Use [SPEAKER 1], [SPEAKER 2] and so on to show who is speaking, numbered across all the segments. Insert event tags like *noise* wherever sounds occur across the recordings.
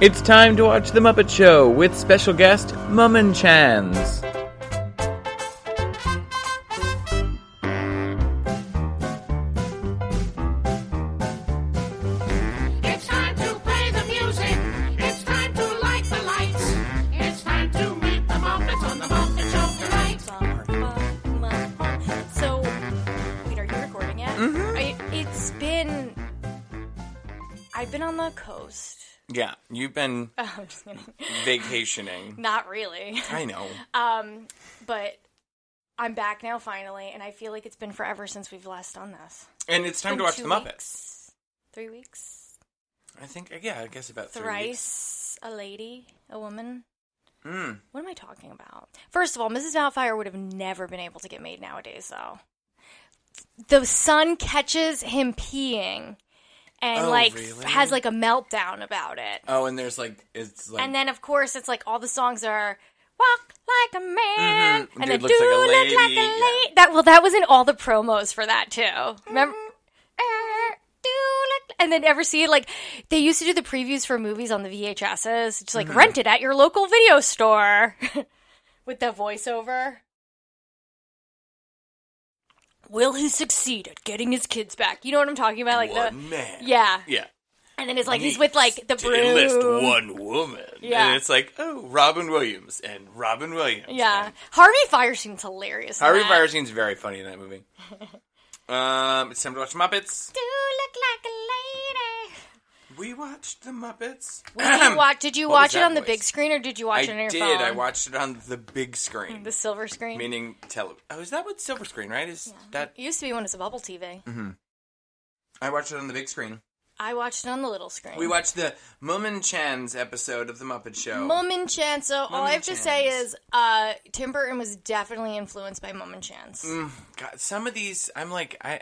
[SPEAKER 1] It's time to watch The Muppet Show with special guest Mummin Chans.
[SPEAKER 2] It's time to play the music. It's time to light the lights. It's time to meet the Muppets on the Muppet Show tonight.
[SPEAKER 3] So, wait, are you recording yet?
[SPEAKER 1] Mm-hmm.
[SPEAKER 3] I, it's been. I've been on the coast. *laughs*
[SPEAKER 1] Yeah, you've been
[SPEAKER 3] I'm just kidding.
[SPEAKER 1] vacationing.
[SPEAKER 3] Not really.
[SPEAKER 1] I know.
[SPEAKER 3] Um, but I'm back now finally, and I feel like it's been forever since we've last done this.
[SPEAKER 1] And it's time
[SPEAKER 3] Been
[SPEAKER 1] to watch
[SPEAKER 3] two
[SPEAKER 1] The Muppets.
[SPEAKER 3] weeks, three weeks.
[SPEAKER 1] I think, uh, yeah, I guess about three. weeks. Hmm.
[SPEAKER 3] Thrice a lady, a woman. What am I talking about? First of all, Mrs. Doubtfire would have never been able to get made nowadays, though. The son catches him peeing and
[SPEAKER 1] Oh,
[SPEAKER 3] like
[SPEAKER 1] really?
[SPEAKER 3] has like a meltdown about it.
[SPEAKER 1] Oh, and there's like, it's like,
[SPEAKER 3] And then of course it's like all the songs are walk like a
[SPEAKER 1] Mhm.
[SPEAKER 3] man and
[SPEAKER 1] Dude
[SPEAKER 3] then
[SPEAKER 1] looks
[SPEAKER 3] do
[SPEAKER 1] like a
[SPEAKER 3] look like a
[SPEAKER 1] lady," yeah.
[SPEAKER 3] lady. That well that was in all the promos for that too. Remember
[SPEAKER 1] Mm-hmm.
[SPEAKER 3] Er, do look- and then ever see like they used to do the previews for movies on the VHSs, just
[SPEAKER 1] Mm-hmm.
[SPEAKER 3] like rent it at your local video store *laughs* with the voiceover. Will he succeed at getting his kids back? You know what I'm talking about, like
[SPEAKER 1] one
[SPEAKER 3] the
[SPEAKER 1] man.
[SPEAKER 3] yeah.
[SPEAKER 1] Yeah.
[SPEAKER 3] And then it's like he's
[SPEAKER 1] Needs
[SPEAKER 3] with like the
[SPEAKER 1] to
[SPEAKER 3] broom.
[SPEAKER 1] enlist one woman.
[SPEAKER 3] Yeah.
[SPEAKER 1] And it's like, oh, Robin Williams and Robin Williams.
[SPEAKER 3] Yeah,
[SPEAKER 1] And
[SPEAKER 3] Harvey Firestein's hilarious. in
[SPEAKER 1] Harvey
[SPEAKER 3] that.
[SPEAKER 1] Weinstein's very funny in that
[SPEAKER 3] *laughs*
[SPEAKER 1] movie. um, it's time to watch Muppets.
[SPEAKER 3] Do look like a lady.
[SPEAKER 1] We watched the Muppets. *clears throat*
[SPEAKER 3] Did you watch? Did you
[SPEAKER 1] What was
[SPEAKER 3] watch it
[SPEAKER 1] that
[SPEAKER 3] on the
[SPEAKER 1] voice?
[SPEAKER 3] big screen or did you watch
[SPEAKER 1] I
[SPEAKER 3] it on your
[SPEAKER 1] did.
[SPEAKER 3] phone?
[SPEAKER 1] I watched it on the big screen,
[SPEAKER 3] the silver screen.
[SPEAKER 1] meaning tele. Oh, is that what silver screen? Right? Is that Mm-hmm.
[SPEAKER 3] it used to be when it's a bubble TV.
[SPEAKER 1] I watched it on the big screen.
[SPEAKER 3] I watched it on the little screen.
[SPEAKER 1] We watched the Moomin Chan's episode of the Muppet Show.
[SPEAKER 3] Mum and Chan. So all
[SPEAKER 1] Mum
[SPEAKER 3] I
[SPEAKER 1] and
[SPEAKER 3] have to say
[SPEAKER 1] Chan's.
[SPEAKER 3] is, uh, Tim Burton was definitely influenced by Mum and Chan's.
[SPEAKER 1] Mm. God, some of these, I'm like, I,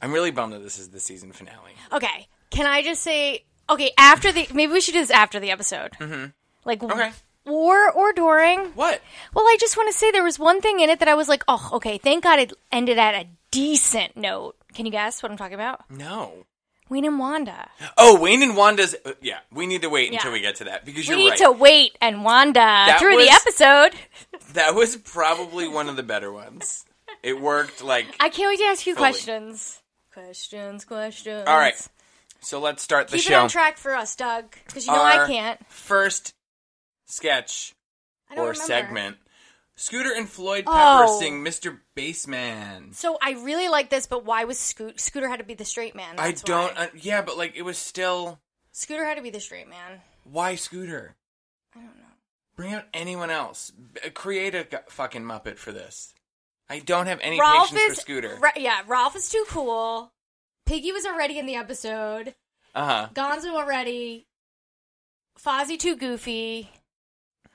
[SPEAKER 1] I'm really bummed that this is the season finale.
[SPEAKER 3] Okay, can I just say? Okay, after the maybe we should do this after the episode. Mm-hmm. Like
[SPEAKER 1] Okay.
[SPEAKER 3] or or during.
[SPEAKER 1] What?
[SPEAKER 3] Well, I just want to say there was one thing in it that I was like, oh, okay, thank God it ended at a decent note. Can you guess what I'm talking about?
[SPEAKER 1] Mm. No.
[SPEAKER 3] Ween and Wanda.
[SPEAKER 1] Oh, Wayne and Wanda's. uh, yeah, we need to wait
[SPEAKER 3] Yeah.
[SPEAKER 1] until we get to that because
[SPEAKER 3] We
[SPEAKER 1] you're
[SPEAKER 3] need
[SPEAKER 1] right.
[SPEAKER 3] to wait and Wanda through
[SPEAKER 1] was-
[SPEAKER 3] the episode.
[SPEAKER 1] That was probably one of the better ones. It worked like.
[SPEAKER 3] I can't wait to ask you
[SPEAKER 1] Fully.
[SPEAKER 3] questions. Questions, questions.
[SPEAKER 1] All right, so let's start the
[SPEAKER 3] Keep it
[SPEAKER 1] show.
[SPEAKER 3] on track for us, Doug, because you know
[SPEAKER 1] Our
[SPEAKER 3] I can't.
[SPEAKER 1] First sketch
[SPEAKER 3] I don't
[SPEAKER 1] or
[SPEAKER 3] remember.
[SPEAKER 1] segment. Scooter and Floyd Pepper
[SPEAKER 3] Oh.
[SPEAKER 1] sing Mr. Bassman.
[SPEAKER 3] So I really like this, but why was Scoot- Scooter had to be the straight man?
[SPEAKER 1] I
[SPEAKER 3] That's
[SPEAKER 1] don't.
[SPEAKER 3] why.
[SPEAKER 1] Uh, yeah, but like it was still.
[SPEAKER 3] Scooter had to be the straight man.
[SPEAKER 1] Why Scooter?
[SPEAKER 3] I don't know.
[SPEAKER 1] Bring out anyone else. B- uh, create a g- fucking Muppet for this. I don't have any
[SPEAKER 3] Ralph
[SPEAKER 1] patience
[SPEAKER 3] is
[SPEAKER 1] for Scooter.
[SPEAKER 3] Ra- yeah, Ralph is too cool. Piggy was already in the episode.
[SPEAKER 1] uh huh.
[SPEAKER 3] Gonzo already. Fozzie too goofy.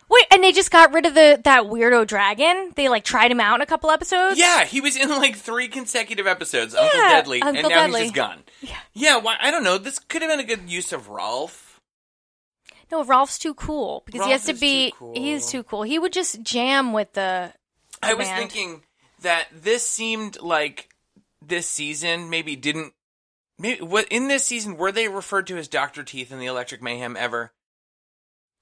[SPEAKER 3] Wait, and they just got rid of the that weirdo dragon. They like tried him out in a couple episodes.
[SPEAKER 1] Yeah, he was in like three consecutive episodes, Uncle
[SPEAKER 3] Yeah,
[SPEAKER 1] Deadly, and
[SPEAKER 3] Uncle
[SPEAKER 1] now
[SPEAKER 3] Deadly.
[SPEAKER 1] he's just gone. Yeah, why, I don't know. This could have been a good use of Rolf.
[SPEAKER 3] No, Ralph's too cool because
[SPEAKER 1] Ralph
[SPEAKER 3] he has to
[SPEAKER 1] is
[SPEAKER 3] be.
[SPEAKER 1] too cool.
[SPEAKER 3] He is too cool. He would just jam with the.
[SPEAKER 1] I was
[SPEAKER 3] band.
[SPEAKER 1] thinking that this seemed like this season maybe didn't. Maybe, what in this season were they referred to as Doctor Teeth and the Electric Mayhem ever,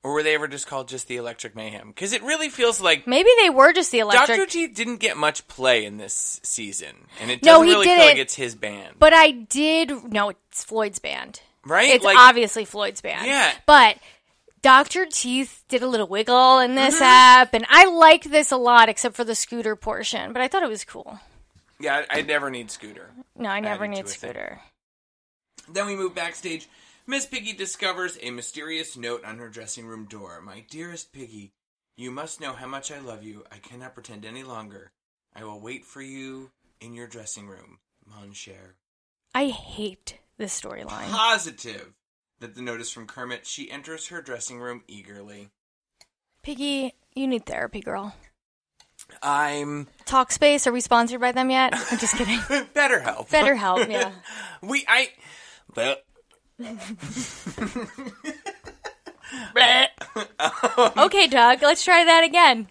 [SPEAKER 1] or were they ever just called just the Electric Mayhem? Because it really feels like
[SPEAKER 3] Maybe they were just the electric.
[SPEAKER 1] Doctor Teeth didn't get much play in this season, and it
[SPEAKER 3] No,
[SPEAKER 1] doesn't
[SPEAKER 3] he
[SPEAKER 1] really feel like
[SPEAKER 3] didn't.
[SPEAKER 1] it's his band,
[SPEAKER 3] but I did. No, it's Floyd's band.
[SPEAKER 1] right?
[SPEAKER 3] It's
[SPEAKER 1] like,
[SPEAKER 3] obviously Floyd's band.
[SPEAKER 1] Yeah.
[SPEAKER 3] But Dr. Teeth did a little wiggle in
[SPEAKER 1] Mm-hmm.
[SPEAKER 3] this app, and I liked this a lot, except for the scooter portion, but I thought it was cool.
[SPEAKER 1] yeah, I, I never need Scooter.
[SPEAKER 3] No, I never
[SPEAKER 1] Added to
[SPEAKER 3] need
[SPEAKER 1] a thing.
[SPEAKER 3] scooter.
[SPEAKER 1] Then we move backstage. Miss Piggy discovers a mysterious note on her dressing room door. My dearest Piggy, you must know how much I love you. I cannot pretend any longer. I will wait for you in your dressing room, mon cher.
[SPEAKER 3] I hate this storyline.
[SPEAKER 1] Positive that the note is from Kermit, she enters her dressing room eagerly.
[SPEAKER 3] Piggy, you need therapy, girl.
[SPEAKER 1] I'm *laughs*
[SPEAKER 3] Talkspace, are we sponsored by them yet? I'm just kidding.
[SPEAKER 1] better help.
[SPEAKER 3] Better help, yeah.
[SPEAKER 1] *laughs* We I *laughs* but
[SPEAKER 3] Okay, Doug, let's try that again.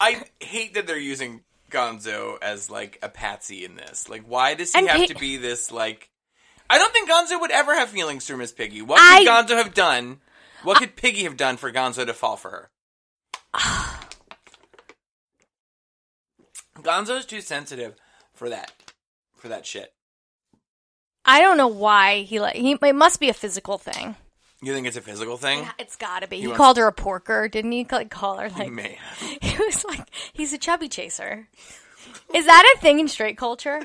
[SPEAKER 1] I hate that they're using Gonzo as like a patsy in this. Like, why does he
[SPEAKER 3] And
[SPEAKER 1] have
[SPEAKER 3] Pig-
[SPEAKER 1] to be this like? I don't think Gonzo would ever have feelings for Miss Piggy. What could
[SPEAKER 3] I-
[SPEAKER 1] Gonzo have done What could Piggy have done for Gonzo to fall for her? *sighs* Gonzo's too sensitive for that for that shit.
[SPEAKER 3] I don't know why he like he. It must be a physical thing.
[SPEAKER 1] You think it's a physical thing?
[SPEAKER 3] Yeah, it's gotta be. He,
[SPEAKER 1] wants-
[SPEAKER 3] called her a porker, didn't he? Like call her like
[SPEAKER 1] Man.
[SPEAKER 3] *laughs* he was like he's a chubby chaser. Is that a thing in straight culture?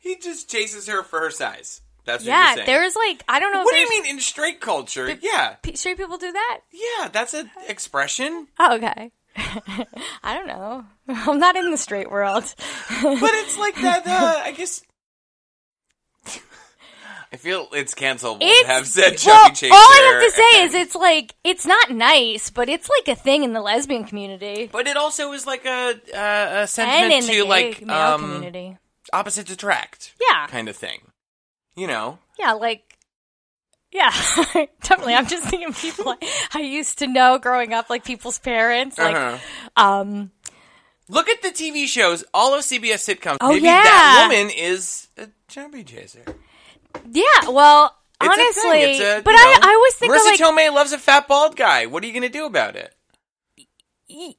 [SPEAKER 1] He just chases her for her size. That's what
[SPEAKER 3] yeah,
[SPEAKER 1] you're saying.
[SPEAKER 3] there's like I don't know.
[SPEAKER 1] What do
[SPEAKER 3] if
[SPEAKER 1] you
[SPEAKER 3] there's-
[SPEAKER 1] mean in straight culture? yeah.
[SPEAKER 3] P- straight people do that?
[SPEAKER 1] Yeah, that's an expression.
[SPEAKER 3] Oh, okay. *laughs* I don't know. I'm not in the straight world.
[SPEAKER 1] But it's like that, uh, I guess. I feel it's cancelable to have said E. chubby
[SPEAKER 3] well,
[SPEAKER 1] chaser.
[SPEAKER 3] all I have to
[SPEAKER 1] *laughs*
[SPEAKER 3] say is it's like it's not nice, but it's like a thing in the lesbian community
[SPEAKER 1] But it also is like a, uh, a
[SPEAKER 3] and in
[SPEAKER 1] sentiment
[SPEAKER 3] the
[SPEAKER 1] to
[SPEAKER 3] gay
[SPEAKER 1] like
[SPEAKER 3] male
[SPEAKER 1] um,
[SPEAKER 3] community.
[SPEAKER 1] opposites attract.
[SPEAKER 3] Yeah.
[SPEAKER 1] Kind of thing. You know?
[SPEAKER 3] Yeah, like yeah, *laughs* definitely. I'm just thinking people I, I used to know growing up, like people's parents, like
[SPEAKER 1] Uh-huh.
[SPEAKER 3] um,
[SPEAKER 1] Look at the TV shows, all of CBS sitcoms.
[SPEAKER 3] Oh,
[SPEAKER 1] Maybe that
[SPEAKER 3] yeah.
[SPEAKER 1] woman is a chubby chaser.
[SPEAKER 3] yeah. Well,
[SPEAKER 1] It's a thing,
[SPEAKER 3] honestly,
[SPEAKER 1] it's a-
[SPEAKER 3] but
[SPEAKER 1] you
[SPEAKER 3] I,
[SPEAKER 1] know,
[SPEAKER 3] I always think of
[SPEAKER 1] Marissa
[SPEAKER 3] like
[SPEAKER 1] Tomei loves a fat bald guy. What are you going to do about it?
[SPEAKER 3] e-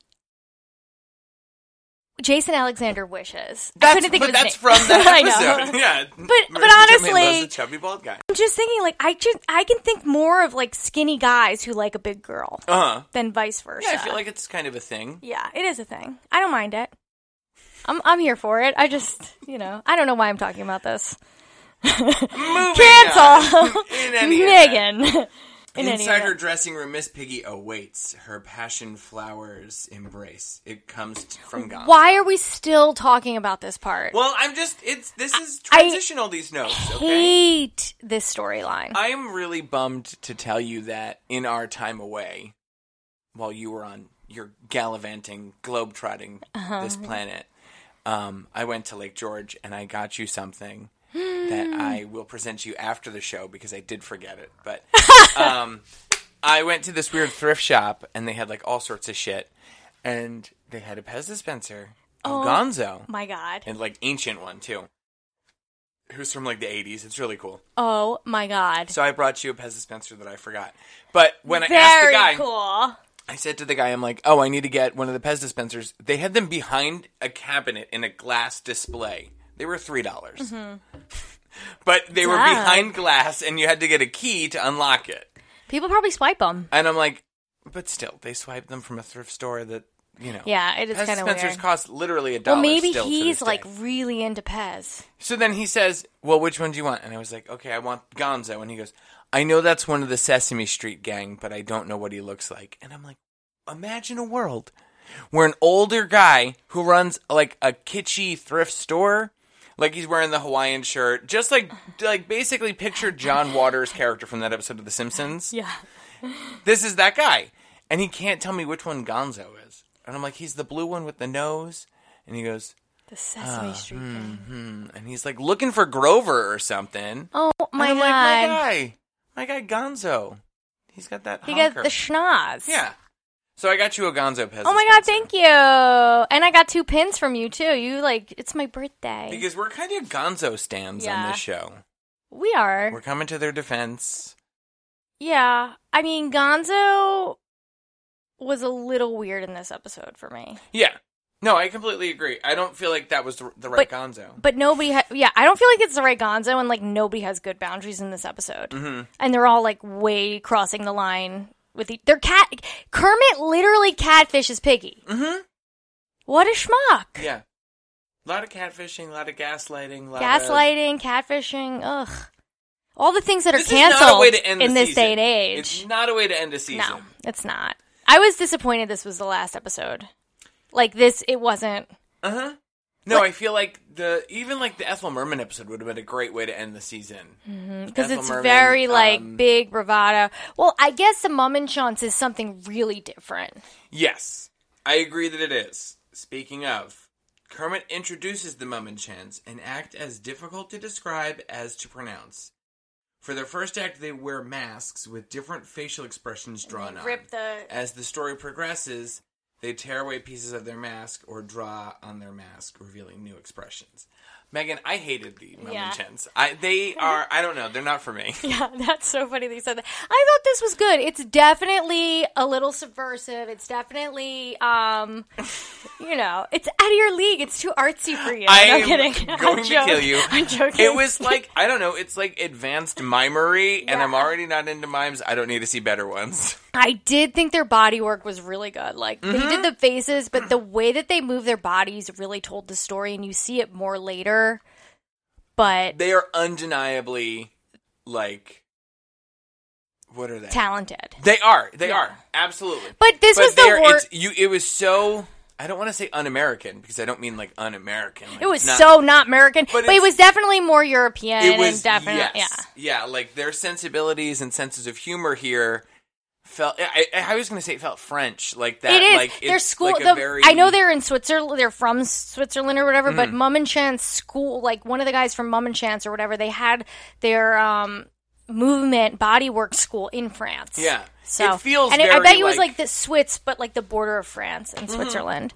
[SPEAKER 3] Jason Alexander wishes. I
[SPEAKER 1] That's,
[SPEAKER 3] couldn't think
[SPEAKER 1] but
[SPEAKER 3] of his
[SPEAKER 1] that's
[SPEAKER 3] name. *laughs*
[SPEAKER 1] from that
[SPEAKER 3] I know.
[SPEAKER 1] episode. *laughs* Yeah, but
[SPEAKER 3] but honestly-
[SPEAKER 1] a chubby bald guy.
[SPEAKER 3] I'm just thinking, like I just I can think more of like skinny guys who like a big girl
[SPEAKER 1] Uh huh.
[SPEAKER 3] than vice versa.
[SPEAKER 1] Yeah, I feel like it's kind of a thing.
[SPEAKER 3] Yeah, it is a thing. I don't mind it. I'm I'm here for it. I just you know I don't know why I'm talking about this.
[SPEAKER 1] Moving on.
[SPEAKER 3] *laughs* Cancel
[SPEAKER 1] In any event.
[SPEAKER 3] Megan. In any
[SPEAKER 1] Inside her
[SPEAKER 3] event.
[SPEAKER 1] dressing room, Miss Piggy awaits her passion flowers embrace. It comes t- from God.
[SPEAKER 3] Why are we still talking about this part?
[SPEAKER 1] Well, I'm just it's this is
[SPEAKER 3] I-
[SPEAKER 1] transitional. these notes, okay?
[SPEAKER 3] Hate this storyline.
[SPEAKER 1] I am really bummed to tell you that in our time away, while you were on your gallivanting, globetrotting this planet, um, I went to Lake George and I got you something that I will present you after the show because I did forget it. But um, I went to this weird thrift shop and they had like all sorts of shit, and they had a Pez dispenser of Gonzo
[SPEAKER 3] My God.
[SPEAKER 1] and like ancient one too. Who's from like the 80s? It's really cool.
[SPEAKER 3] Oh my God.
[SPEAKER 1] So I brought you a Pez dispenser that I forgot. But when I asked the
[SPEAKER 3] Very
[SPEAKER 1] guy,
[SPEAKER 3] cool.
[SPEAKER 1] I said to the guy, I'm like, oh, I need to get one of the Pez dispensers. They had them behind a cabinet in a glass display. They were $3. dollars
[SPEAKER 3] Mm-hmm.
[SPEAKER 1] *laughs* but they were
[SPEAKER 3] Duh.
[SPEAKER 1] behind glass and you had to get a key to unlock it.
[SPEAKER 3] People probably swipe them.
[SPEAKER 1] And I'm like, but still, they swiped them from a thrift store that, you know.
[SPEAKER 3] Yeah, it is
[SPEAKER 1] Pez
[SPEAKER 3] kinda
[SPEAKER 1] dispensers
[SPEAKER 3] weird.
[SPEAKER 1] cost literally a dollar.
[SPEAKER 3] Well, maybe
[SPEAKER 1] still to
[SPEAKER 3] he's
[SPEAKER 1] this
[SPEAKER 3] like
[SPEAKER 1] day.
[SPEAKER 3] really into Pez.
[SPEAKER 1] So then he says, "Well, which one do you want?" And I was like, "Okay, I want Gonzo." And he goes, "I know that's one of the Sesame Street gang, but I don't know what he looks like." And I'm like, "Imagine a world where an older guy who runs like a kitschy thrift store, like he's wearing the Hawaiian shirt, just like like basically picture John Waters' character from that episode of The Simpsons.
[SPEAKER 3] Yeah.
[SPEAKER 1] This is that guy, and he can't tell me which one Gonzo is." And I'm like, "He's the blue one with the nose." And he goes, "Mm,"
[SPEAKER 3] The
[SPEAKER 1] Ah,
[SPEAKER 3] Sesame Street
[SPEAKER 1] hmm.
[SPEAKER 3] thing.
[SPEAKER 1] and he's like looking for Grover or something.
[SPEAKER 3] Oh my
[SPEAKER 1] And
[SPEAKER 3] God.
[SPEAKER 1] I'm like, my guy, my guy Gonzo. He's got that.
[SPEAKER 3] He got
[SPEAKER 1] honker.
[SPEAKER 3] the schnoz.
[SPEAKER 1] yeah. So I got you a Gonzo Pez.
[SPEAKER 3] Oh my god, thank you. And I got two pins from you too. You like it's my birthday.
[SPEAKER 1] Because we're kind of Gonzo stands on
[SPEAKER 3] Yeah.
[SPEAKER 1] this show.
[SPEAKER 3] we are.
[SPEAKER 1] We're coming to their defense.
[SPEAKER 3] yeah. I mean, Gonzo was a little weird in this episode for me.
[SPEAKER 1] Yeah. No, I completely agree. I don't feel like that was the, the right
[SPEAKER 3] But-
[SPEAKER 1] Gonzo.
[SPEAKER 3] But nobody ha- yeah, I don't feel like it's the right Gonzo and like nobody has good boundaries in this episode.
[SPEAKER 1] Mhm.
[SPEAKER 3] And they're all like way crossing the line with the- their cat Kermit literally catfishes Piggy.
[SPEAKER 1] Mhm.
[SPEAKER 3] What a schmuck.
[SPEAKER 1] Yeah. A lot of catfishing, a lot of gaslighting, a lot Of,
[SPEAKER 3] Gaslighting, catfishing, ugh. All the things that are
[SPEAKER 1] this
[SPEAKER 3] canceled
[SPEAKER 1] is not a way to end
[SPEAKER 3] in
[SPEAKER 1] the
[SPEAKER 3] this day
[SPEAKER 1] season.
[SPEAKER 3] and age.
[SPEAKER 1] It's not a way to end a season.
[SPEAKER 3] No, it's not. I was disappointed this was the last episode. Like this, it wasn't.
[SPEAKER 1] Uh huh. No, I feel like the even like the Ethel Merman episode would have been a great way to end the season.
[SPEAKER 3] Because
[SPEAKER 1] Ethel
[SPEAKER 3] Mm-hmm. it's
[SPEAKER 1] Merman,
[SPEAKER 3] very like
[SPEAKER 1] um,
[SPEAKER 3] big bravado. Well, I guess the mum and chance is something really different.
[SPEAKER 1] Yes, I agree that it is. Speaking of, Kermit introduces the Mum and Chans, an act as difficult to describe as to pronounce. For their first act, they wear masks with different facial expressions drawn on.
[SPEAKER 3] Rip the
[SPEAKER 1] As the story progresses, they tear away pieces of their mask or draw on their mask, revealing new expressions. Megan, I hated the Mum
[SPEAKER 3] Yeah.
[SPEAKER 1] and Chens. I
[SPEAKER 3] *laughs*
[SPEAKER 1] they are I don't know, they're not for me.
[SPEAKER 3] Yeah, *laughs* that's so funny that you said that. I thought this was good. It's definitely a little subversive. It's definitely, um, *laughs* you know, it's out of your league. It's too artsy for you.
[SPEAKER 1] I'm
[SPEAKER 3] no kidding. *laughs*
[SPEAKER 1] going
[SPEAKER 3] I'm
[SPEAKER 1] to
[SPEAKER 3] joking.
[SPEAKER 1] kill you.
[SPEAKER 3] I'm joking.
[SPEAKER 1] It was like I don't know, it's like advanced mimery and
[SPEAKER 3] Yeah.
[SPEAKER 1] I'm already not into mimes. I don't need to see better ones. *laughs*
[SPEAKER 3] I did think their body work was really good. Like they
[SPEAKER 1] Mm-hmm.
[SPEAKER 3] did the faces, but the way that they move their bodies really told the story, and you see it more later. But
[SPEAKER 1] They are undeniably like what are they?
[SPEAKER 3] talented.
[SPEAKER 1] They are. They
[SPEAKER 3] Yeah.
[SPEAKER 1] are. Absolutely.
[SPEAKER 3] But this was the
[SPEAKER 1] they're-
[SPEAKER 3] wor-
[SPEAKER 1] it's- you it was so I don't want to say un-American because I don't mean like un-American. Like,
[SPEAKER 3] It was
[SPEAKER 1] it's not-
[SPEAKER 3] so not American, but, it
[SPEAKER 1] it's-
[SPEAKER 3] was definitely more European.
[SPEAKER 1] it was
[SPEAKER 3] and definitely, yeah.
[SPEAKER 1] yes. yeah like their sensibilities and senses of humor here felt i, I I was going to say it felt french like that
[SPEAKER 3] It is
[SPEAKER 1] like
[SPEAKER 3] their
[SPEAKER 1] it's
[SPEAKER 3] school.
[SPEAKER 1] like a
[SPEAKER 3] the,
[SPEAKER 1] very, Mm-hmm.
[SPEAKER 3] I know they're in Switzerland. They're from Switzerland or whatever. But Mum and Chance school, like one of the guys from Mum and Chance or whatever, they had their um, movement body work school in France.
[SPEAKER 1] Yeah.
[SPEAKER 3] so
[SPEAKER 1] It feels
[SPEAKER 3] And I
[SPEAKER 1] very
[SPEAKER 3] bet you it was
[SPEAKER 1] like- Mm-hmm.
[SPEAKER 3] like the Swiss, but like the border of France and Switzerland.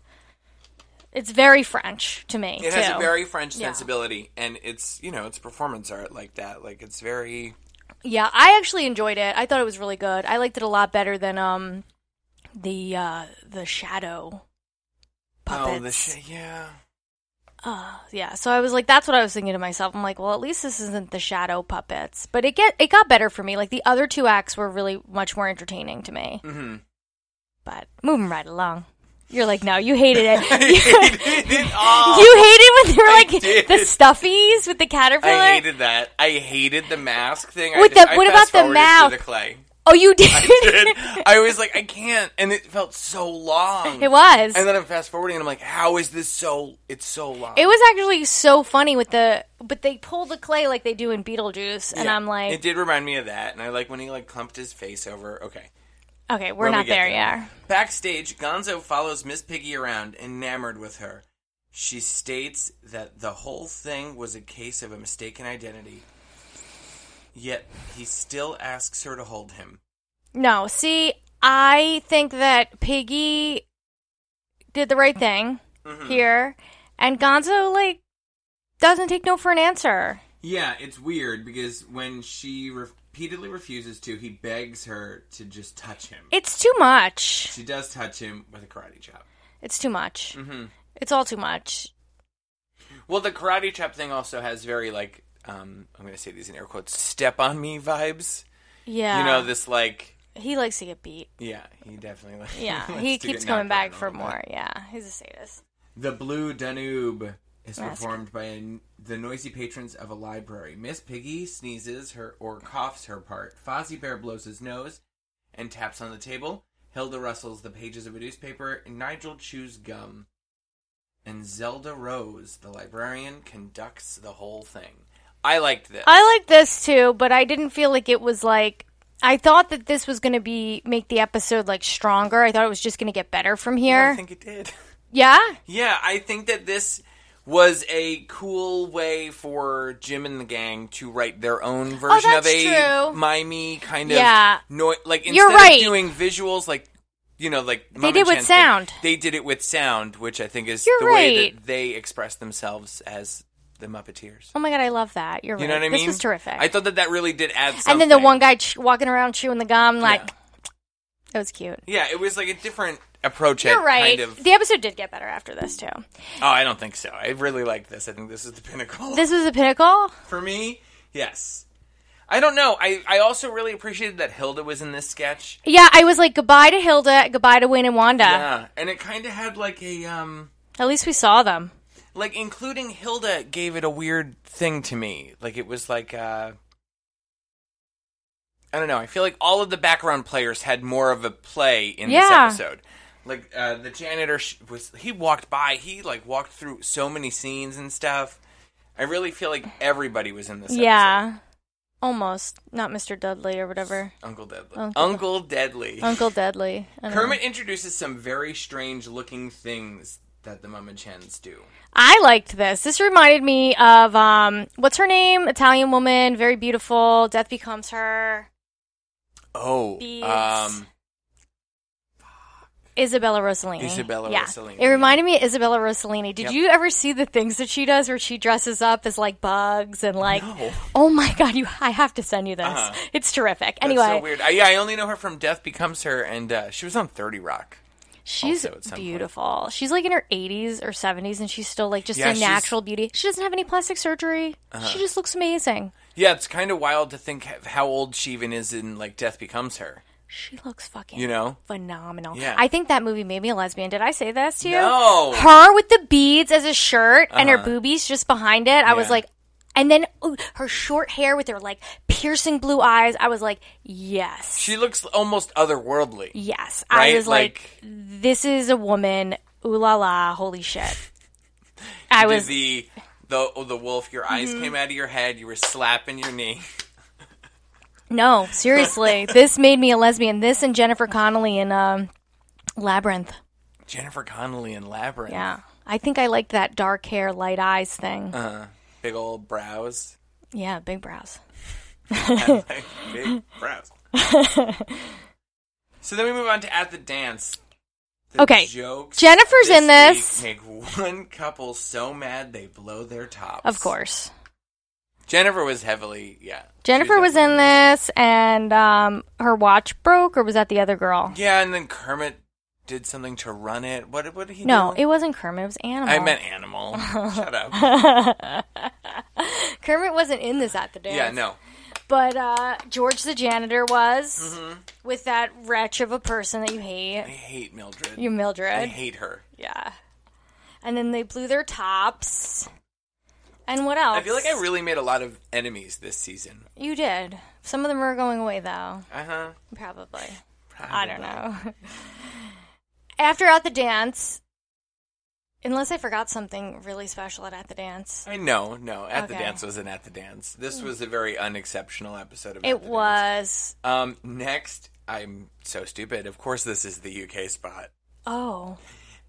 [SPEAKER 3] It's very French to me.
[SPEAKER 1] it
[SPEAKER 3] too.
[SPEAKER 1] has a very french
[SPEAKER 3] Yeah.
[SPEAKER 1] sensibility and it's you know it's performance art like that like it's very
[SPEAKER 3] Yeah, I actually enjoyed it. I thought it was really good. I liked it a lot better than um the uh the shadow puppets.
[SPEAKER 1] oh the sh-
[SPEAKER 3] *laughs*
[SPEAKER 1] yeah
[SPEAKER 3] Yeah, so I was like, that's what I was thinking to myself. I'm like, well, at least this isn't the shadow puppets, but it get it got better for me. Like the other two acts were really much more entertaining to me. Mm-hmm. But moving right along, you're like, no, you
[SPEAKER 1] *laughs*
[SPEAKER 3] hated it.
[SPEAKER 1] I
[SPEAKER 3] you
[SPEAKER 1] hated it
[SPEAKER 3] *laughs*
[SPEAKER 1] all.
[SPEAKER 3] hated when they were
[SPEAKER 1] Oh, I
[SPEAKER 3] like
[SPEAKER 1] did.
[SPEAKER 3] the stuffies with the caterpillar.
[SPEAKER 1] I hated that. I hated the mask thing.
[SPEAKER 3] With
[SPEAKER 1] I just,
[SPEAKER 3] the-
[SPEAKER 1] I
[SPEAKER 3] what about
[SPEAKER 1] fast-forwarded through
[SPEAKER 3] the mouth?
[SPEAKER 1] The clay.
[SPEAKER 3] oh, you did.
[SPEAKER 1] Did- I was like, I can't, and it felt so long.
[SPEAKER 3] *laughs* it was.
[SPEAKER 1] And then I'm fast forwarding, and I'm like, how is this so? It's so long.
[SPEAKER 3] It was actually so funny with the, but they pull the clay like they do in Beetlejuice, and
[SPEAKER 1] Yeah.
[SPEAKER 3] I'm like,
[SPEAKER 1] it did remind me of that, and I like when he like clumped his face over. Okay,
[SPEAKER 3] okay, we're
[SPEAKER 1] when we
[SPEAKER 3] not
[SPEAKER 1] get
[SPEAKER 3] there yet.
[SPEAKER 1] Backstage, Gonzo follows Miss Piggy around, enamored with her. She states that the whole thing was a case of a mistaken identity. Yet he still asks her to hold him.
[SPEAKER 3] No, see, I think that Piggy did the right thing
[SPEAKER 1] Mm-hmm.
[SPEAKER 3] here, and Gonzo like doesn't take no for an answer.
[SPEAKER 1] Yeah, it's weird because when she repeatedly refuses to, he begs her to just touch him.
[SPEAKER 3] It's too much.
[SPEAKER 1] she does touch him with a karate chop.
[SPEAKER 3] It's too much.
[SPEAKER 1] Mm-hmm.
[SPEAKER 3] It's all too much.
[SPEAKER 1] Well, the karate chop thing also has very like um, I'm going to say these in air quotes "step on me" vibes.
[SPEAKER 3] Yeah,
[SPEAKER 1] You know this like
[SPEAKER 3] he likes to
[SPEAKER 1] *laughs*
[SPEAKER 3] get beat.
[SPEAKER 1] yeah he definitely like,
[SPEAKER 3] Yeah,
[SPEAKER 1] *laughs* likes
[SPEAKER 3] he
[SPEAKER 1] to get
[SPEAKER 3] keeps coming
[SPEAKER 1] knocked around
[SPEAKER 3] back for
[SPEAKER 1] a little bit.
[SPEAKER 3] more. Yeah, he's a sadist.
[SPEAKER 1] The Blue Danube is
[SPEAKER 3] Mask.
[SPEAKER 1] performed by a, the noisy patrons of a library. Miss Piggy sneezes her or coughs her part. Fozzie Bear blows his nose and taps on the table. Hilda rustles the pages of a newspaper. Nigel chews gum. And Zelda Rose, the librarian, conducts the whole thing. I liked this.
[SPEAKER 3] I like this too, but I didn't feel like it was like I thought that this was going to be make the episode like stronger. I thought it was just going to get better from here.
[SPEAKER 1] Yeah, I think it did. *laughs*
[SPEAKER 3] yeah?
[SPEAKER 1] Yeah, I think that this was a cool way for Jim and the gang to write their own version of
[SPEAKER 3] Oh, that's
[SPEAKER 1] a
[SPEAKER 3] true.
[SPEAKER 1] mimey kind of
[SPEAKER 3] Yeah.
[SPEAKER 1] noi- like instead
[SPEAKER 3] You're right.
[SPEAKER 1] of doing visuals like you know like they
[SPEAKER 3] did with sound.
[SPEAKER 1] They, did it with sound, which I think is
[SPEAKER 3] You're
[SPEAKER 1] the way
[SPEAKER 3] right.
[SPEAKER 1] that they express themselves as the Muppeteers.
[SPEAKER 3] Oh my god, I love that. You're
[SPEAKER 1] You
[SPEAKER 3] right.
[SPEAKER 1] know what I mean?
[SPEAKER 3] This was terrific.
[SPEAKER 1] I thought that that really did add. something.
[SPEAKER 3] and then the one guy ch- walking around chewing the gum, like
[SPEAKER 1] Yeah.
[SPEAKER 3] that was cute.
[SPEAKER 1] yeah, it was like a different approach. at
[SPEAKER 3] You're right.
[SPEAKER 1] Kind of,
[SPEAKER 3] The episode did get better after this too.
[SPEAKER 1] oh, I don't think so. I really like this. I think this is the pinnacle.
[SPEAKER 3] This was a pinnacle.
[SPEAKER 1] For me, yes. I don't know. I, I also really appreciated that Hilda was in this sketch.
[SPEAKER 3] Yeah, I was like goodbye to Hilda, goodbye to Wayne and Wanda.
[SPEAKER 1] Yeah. And it kind of had like a um
[SPEAKER 3] At least we saw them.
[SPEAKER 1] like including Hilda gave it a weird thing to me. Like it was like uh I don't know. I feel like all of the background players had more of a play in
[SPEAKER 3] Yeah.
[SPEAKER 1] this episode. Like uh the janitor sh- was he walked by, he like walked through so many scenes and stuff. I really feel like everybody was in this episode.
[SPEAKER 3] Yeah, almost not Mr. Dudley
[SPEAKER 1] *laughs*
[SPEAKER 3] or whatever,
[SPEAKER 1] Uncle Deadly.
[SPEAKER 3] Uncle-
[SPEAKER 1] Uncle Deadly.
[SPEAKER 3] Uncle Dudley. I don't know.
[SPEAKER 1] Kermit introduces some very strange looking things that the Mum and Chens do.
[SPEAKER 3] I liked this. This reminded me of um, what's her name? Italian woman, very beautiful. Death becomes her.
[SPEAKER 1] Oh,
[SPEAKER 3] Beads.
[SPEAKER 1] um,
[SPEAKER 3] Isabella Rossellini.
[SPEAKER 1] Isabella
[SPEAKER 3] yeah.
[SPEAKER 1] Rossellini,
[SPEAKER 3] It reminded me of Isabella Rossellini. Did
[SPEAKER 1] Yep.
[SPEAKER 3] you ever see the things that she does where she dresses up as like bugs and like
[SPEAKER 1] No.
[SPEAKER 3] Oh my god, you I have to send you this.
[SPEAKER 1] Uh-huh.
[SPEAKER 3] It's terrific.
[SPEAKER 1] That's
[SPEAKER 3] Anyway,
[SPEAKER 1] so weird. I, yeah, I only know her from Death Becomes Her, and uh, she was on Thirty Rock.
[SPEAKER 3] she's
[SPEAKER 1] also at some point.
[SPEAKER 3] beautiful. She's like in her 80s or 70s and she's still like just
[SPEAKER 1] Yeah,
[SPEAKER 3] a
[SPEAKER 1] she's- Uh-huh.
[SPEAKER 3] natural beauty. She doesn't have any plastic surgery. She just looks amazing.
[SPEAKER 1] Yeah, it's kind of wild to think h- how old she even is in like Death Becomes Her.
[SPEAKER 3] She looks fucking
[SPEAKER 1] You know?
[SPEAKER 3] phenomenal.
[SPEAKER 1] Yeah.
[SPEAKER 3] I think that movie made me a lesbian. Did I say this to you?
[SPEAKER 1] No.
[SPEAKER 3] Her with the beads as a shirt and her boobies just behind it. I
[SPEAKER 1] Uh-huh.
[SPEAKER 3] was
[SPEAKER 1] Yeah.
[SPEAKER 3] like, and then ooh, her short hair with her like piercing blue eyes. I was like, yes,
[SPEAKER 1] She looks almost otherworldly.
[SPEAKER 3] yes.
[SPEAKER 1] Right?
[SPEAKER 3] I was like,
[SPEAKER 1] Like-
[SPEAKER 3] this is a woman. Ooh la la, holy shit.
[SPEAKER 1] *laughs*
[SPEAKER 3] I
[SPEAKER 1] Did
[SPEAKER 3] was Mm-hmm.
[SPEAKER 1] the the oh, the wolf. Your eyes came out of your head. You were slapping your knee. *laughs*
[SPEAKER 3] no, seriously. this made me a lesbian. This and Jennifer Connelly in um, Labyrinth.
[SPEAKER 1] Jennifer Connelly in Labyrinth.
[SPEAKER 3] Yeah, I think I liked that dark hair, light eyes thing.
[SPEAKER 1] Uh. Big old brows.
[SPEAKER 3] yeah, big brows. *laughs*
[SPEAKER 1] Like, big brows. so then we move on to at the dance. The
[SPEAKER 3] Okay.
[SPEAKER 1] Jokes
[SPEAKER 3] Jennifer's in this.
[SPEAKER 1] week Make one couple so mad they blow their tops.
[SPEAKER 3] Of course.
[SPEAKER 1] Jennifer was heavily yeah.
[SPEAKER 3] Jennifer was in
[SPEAKER 1] there.
[SPEAKER 3] this, and um, her watch broke, or was that the other girl?
[SPEAKER 1] Yeah, and then Kermit did something to run it. What did- what did he
[SPEAKER 3] No,
[SPEAKER 1] do?
[SPEAKER 3] it wasn't Kermit. It was Animal.
[SPEAKER 1] I meant
[SPEAKER 3] *laughs*
[SPEAKER 1] animal. Shut up.
[SPEAKER 3] Kermit wasn't in this at the dance.
[SPEAKER 1] Yeah, no.
[SPEAKER 3] But uh, George the janitor was
[SPEAKER 1] Mm-hmm.
[SPEAKER 3] with that wretch of a person that you hate.
[SPEAKER 1] I hate Mildred.
[SPEAKER 3] You
[SPEAKER 1] I
[SPEAKER 3] Mildred.
[SPEAKER 1] hate her.
[SPEAKER 3] yeah. And then they blew their tops. And what else?
[SPEAKER 1] I feel like I really made a lot of enemies this season.
[SPEAKER 3] You did. Some of them are going away though.
[SPEAKER 1] Uh huh.
[SPEAKER 3] Probably. I don't know. *laughs* After at the dance, unless I forgot something really special at at the dance,
[SPEAKER 1] I know, no. At the
[SPEAKER 3] Okay.
[SPEAKER 1] dance wasn't at the dance. This was a very unexceptional episode of At
[SPEAKER 3] it
[SPEAKER 1] the Dance.
[SPEAKER 3] was
[SPEAKER 1] Um, next, I'm so stupid. Of course, this is the UK spot.
[SPEAKER 3] oh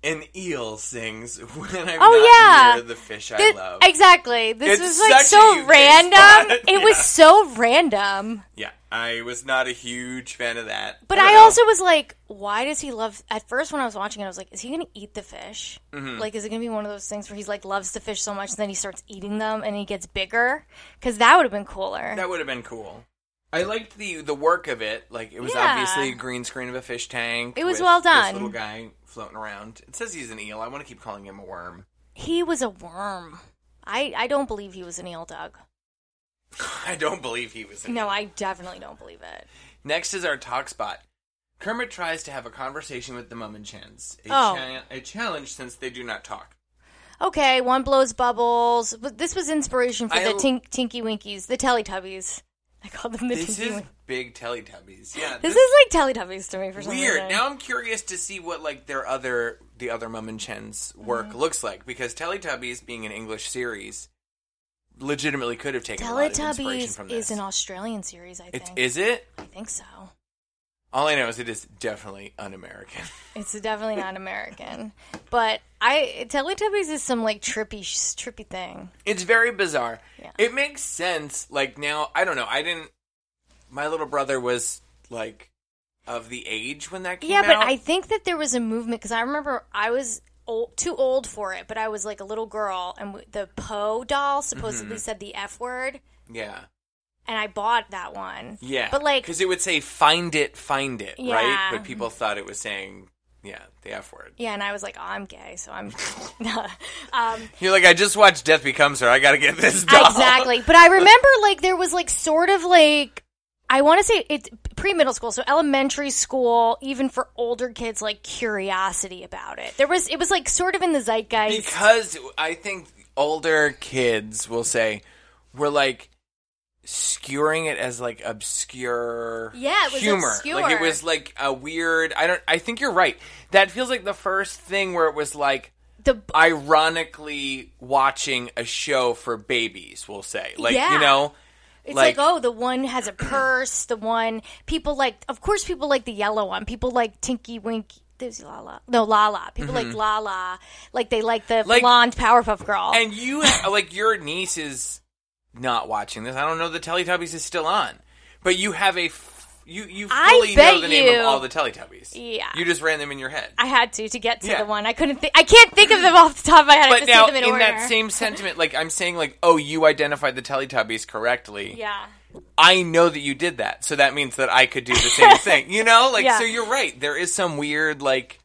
[SPEAKER 1] An eel sings *laughs* when I'm
[SPEAKER 3] Oh,
[SPEAKER 1] not
[SPEAKER 3] yeah.
[SPEAKER 1] near the fish I
[SPEAKER 3] Th-
[SPEAKER 1] love.
[SPEAKER 3] exactly.
[SPEAKER 1] It's
[SPEAKER 3] This was like
[SPEAKER 1] such a
[SPEAKER 3] so
[SPEAKER 1] UK
[SPEAKER 3] random.
[SPEAKER 1] spot. *laughs*
[SPEAKER 3] It was
[SPEAKER 1] Yeah.
[SPEAKER 3] so random.
[SPEAKER 1] yeah, I was not a huge fan of that.
[SPEAKER 3] But
[SPEAKER 1] don't
[SPEAKER 3] I,
[SPEAKER 1] know.
[SPEAKER 3] also was like, why does he love? At first, when I was watching it, I was like, is he going to eat the fish?
[SPEAKER 1] Mm-hmm.
[SPEAKER 3] Like, is it going to be one of those things where he's like loves the fish so much, and then he starts eating them and he gets bigger? Because that would have been cooler.
[SPEAKER 1] That would have been cool. I liked the the work of it. Like it was
[SPEAKER 3] Yeah.
[SPEAKER 1] obviously a green screen of a fish tank.
[SPEAKER 3] It was
[SPEAKER 1] with
[SPEAKER 3] well
[SPEAKER 1] This
[SPEAKER 3] done.
[SPEAKER 1] little guy floating around. It says he's an eel. I want to keep calling him a worm. *laughs*
[SPEAKER 3] he was a worm. I I don't believe he was an eel, Doug.
[SPEAKER 1] I don't believe he was. An
[SPEAKER 3] No, I definitely don't believe it.
[SPEAKER 1] Next is our talk spot. Kermit tries to have a conversation with the mum and chins. A,
[SPEAKER 3] Oh.
[SPEAKER 1] cha- a challenge since they do not talk.
[SPEAKER 3] Okay, one blows bubbles. But this was inspiration for
[SPEAKER 1] I
[SPEAKER 3] the
[SPEAKER 1] l-
[SPEAKER 3] tink, Tinky Winkies, the Teletubbies. I call them the
[SPEAKER 1] This
[SPEAKER 3] Tinky
[SPEAKER 1] is
[SPEAKER 3] Winkies.
[SPEAKER 1] big Teletubbies. Yeah,
[SPEAKER 3] This is like Teletubbies to me for some
[SPEAKER 1] weird.
[SPEAKER 3] reason.
[SPEAKER 1] Now I'm curious to see what like their other the other Mum and Chen's work
[SPEAKER 3] Mm-hmm.
[SPEAKER 1] looks like because Teletubbies being an English series legitimately could have taken a lot of inspiration from
[SPEAKER 3] Teletubbies
[SPEAKER 1] this.
[SPEAKER 3] is an Australian series, I
[SPEAKER 1] it's,
[SPEAKER 3] think.
[SPEAKER 1] is it?
[SPEAKER 3] I think so.
[SPEAKER 1] All I know is it is definitely un-American.
[SPEAKER 3] It's definitely not American, but I Teletubbies is some like trippy sh- trippy thing.
[SPEAKER 1] It's very bizarre.
[SPEAKER 3] Yeah.
[SPEAKER 1] It makes sense. Like now, I don't know. I didn't. My little brother was like of the age when that came
[SPEAKER 3] Yeah,
[SPEAKER 1] out.
[SPEAKER 3] but I think that there was a movement because I remember I was old, too old for it, but I was like a little girl, and w- the Poe doll supposedly
[SPEAKER 1] Mm-hmm.
[SPEAKER 3] said the F word,
[SPEAKER 1] yeah,
[SPEAKER 3] and I bought that one.
[SPEAKER 1] yeah.
[SPEAKER 3] but like,
[SPEAKER 1] because it would say "find it, find it," right?
[SPEAKER 3] Yeah.
[SPEAKER 1] But people thought it was saying, yeah, the F word.
[SPEAKER 3] yeah, and I was like, oh, I'm gay, so
[SPEAKER 1] *laughs*
[SPEAKER 3] I'm *laughs* um,
[SPEAKER 1] You're like, I just watched Death Becomes Her. I gotta get this *laughs* doll.
[SPEAKER 3] exactly. But I remember like there was like sort of like I want to say it's pre middle school, so elementary school, even for older kids, like curiosity about it. There was it was like sort of in the zeitgeist.
[SPEAKER 1] Because I think older kids will say, we're like skewering it as like obscure
[SPEAKER 3] Yeah, it was
[SPEAKER 1] humor.
[SPEAKER 3] obscure.
[SPEAKER 1] Like it was like a weird I don't I think you're right. That feels like the first thing where it was like
[SPEAKER 3] the
[SPEAKER 1] ironically watching a show for babies, we'll say. Like
[SPEAKER 3] Yeah.
[SPEAKER 1] you know
[SPEAKER 3] It's like, oh, the one has a purse. The one people like, of course, people like the yellow one. People like Tinky Winky. There's Lala. No, Lala. People like Lala. Like they like the
[SPEAKER 1] Mm-hmm. Like-
[SPEAKER 3] blonde Powerpuff Girl.
[SPEAKER 1] And you, *laughs* like, your niece is not watching this. I don't know the Teletubbies is still on, but you have a f- You you
[SPEAKER 3] I
[SPEAKER 1] fully
[SPEAKER 3] bet
[SPEAKER 1] know the name
[SPEAKER 3] you-
[SPEAKER 1] of all the Teletubbies.
[SPEAKER 3] Yeah.
[SPEAKER 1] You just ran them in your head.
[SPEAKER 3] I had to to get to
[SPEAKER 1] Yeah.
[SPEAKER 3] the one. I couldn't. Th- I can't think of them off the top of my head. I
[SPEAKER 1] but
[SPEAKER 3] have to
[SPEAKER 1] now
[SPEAKER 3] see them in,
[SPEAKER 1] in,
[SPEAKER 3] order.
[SPEAKER 1] that same sentiment, like I'm saying, like oh, you identified the Teletubbies correctly.
[SPEAKER 3] Yeah.
[SPEAKER 1] I know that you did that, so that means that I could do the
[SPEAKER 3] *laughs*
[SPEAKER 1] same thing. You know, like
[SPEAKER 3] Yeah.
[SPEAKER 1] so you're right. There is some weird like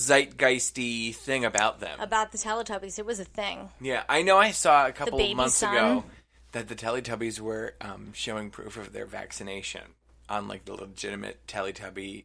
[SPEAKER 1] zeitgeisty thing about them.
[SPEAKER 3] About the Teletubbies, it was a thing.
[SPEAKER 1] yeah, I know. I saw a couple of
[SPEAKER 3] baby
[SPEAKER 1] months
[SPEAKER 3] sun.
[SPEAKER 1] ago that the Teletubbies were um, showing proof of their vaccination on like the legitimate Teletubby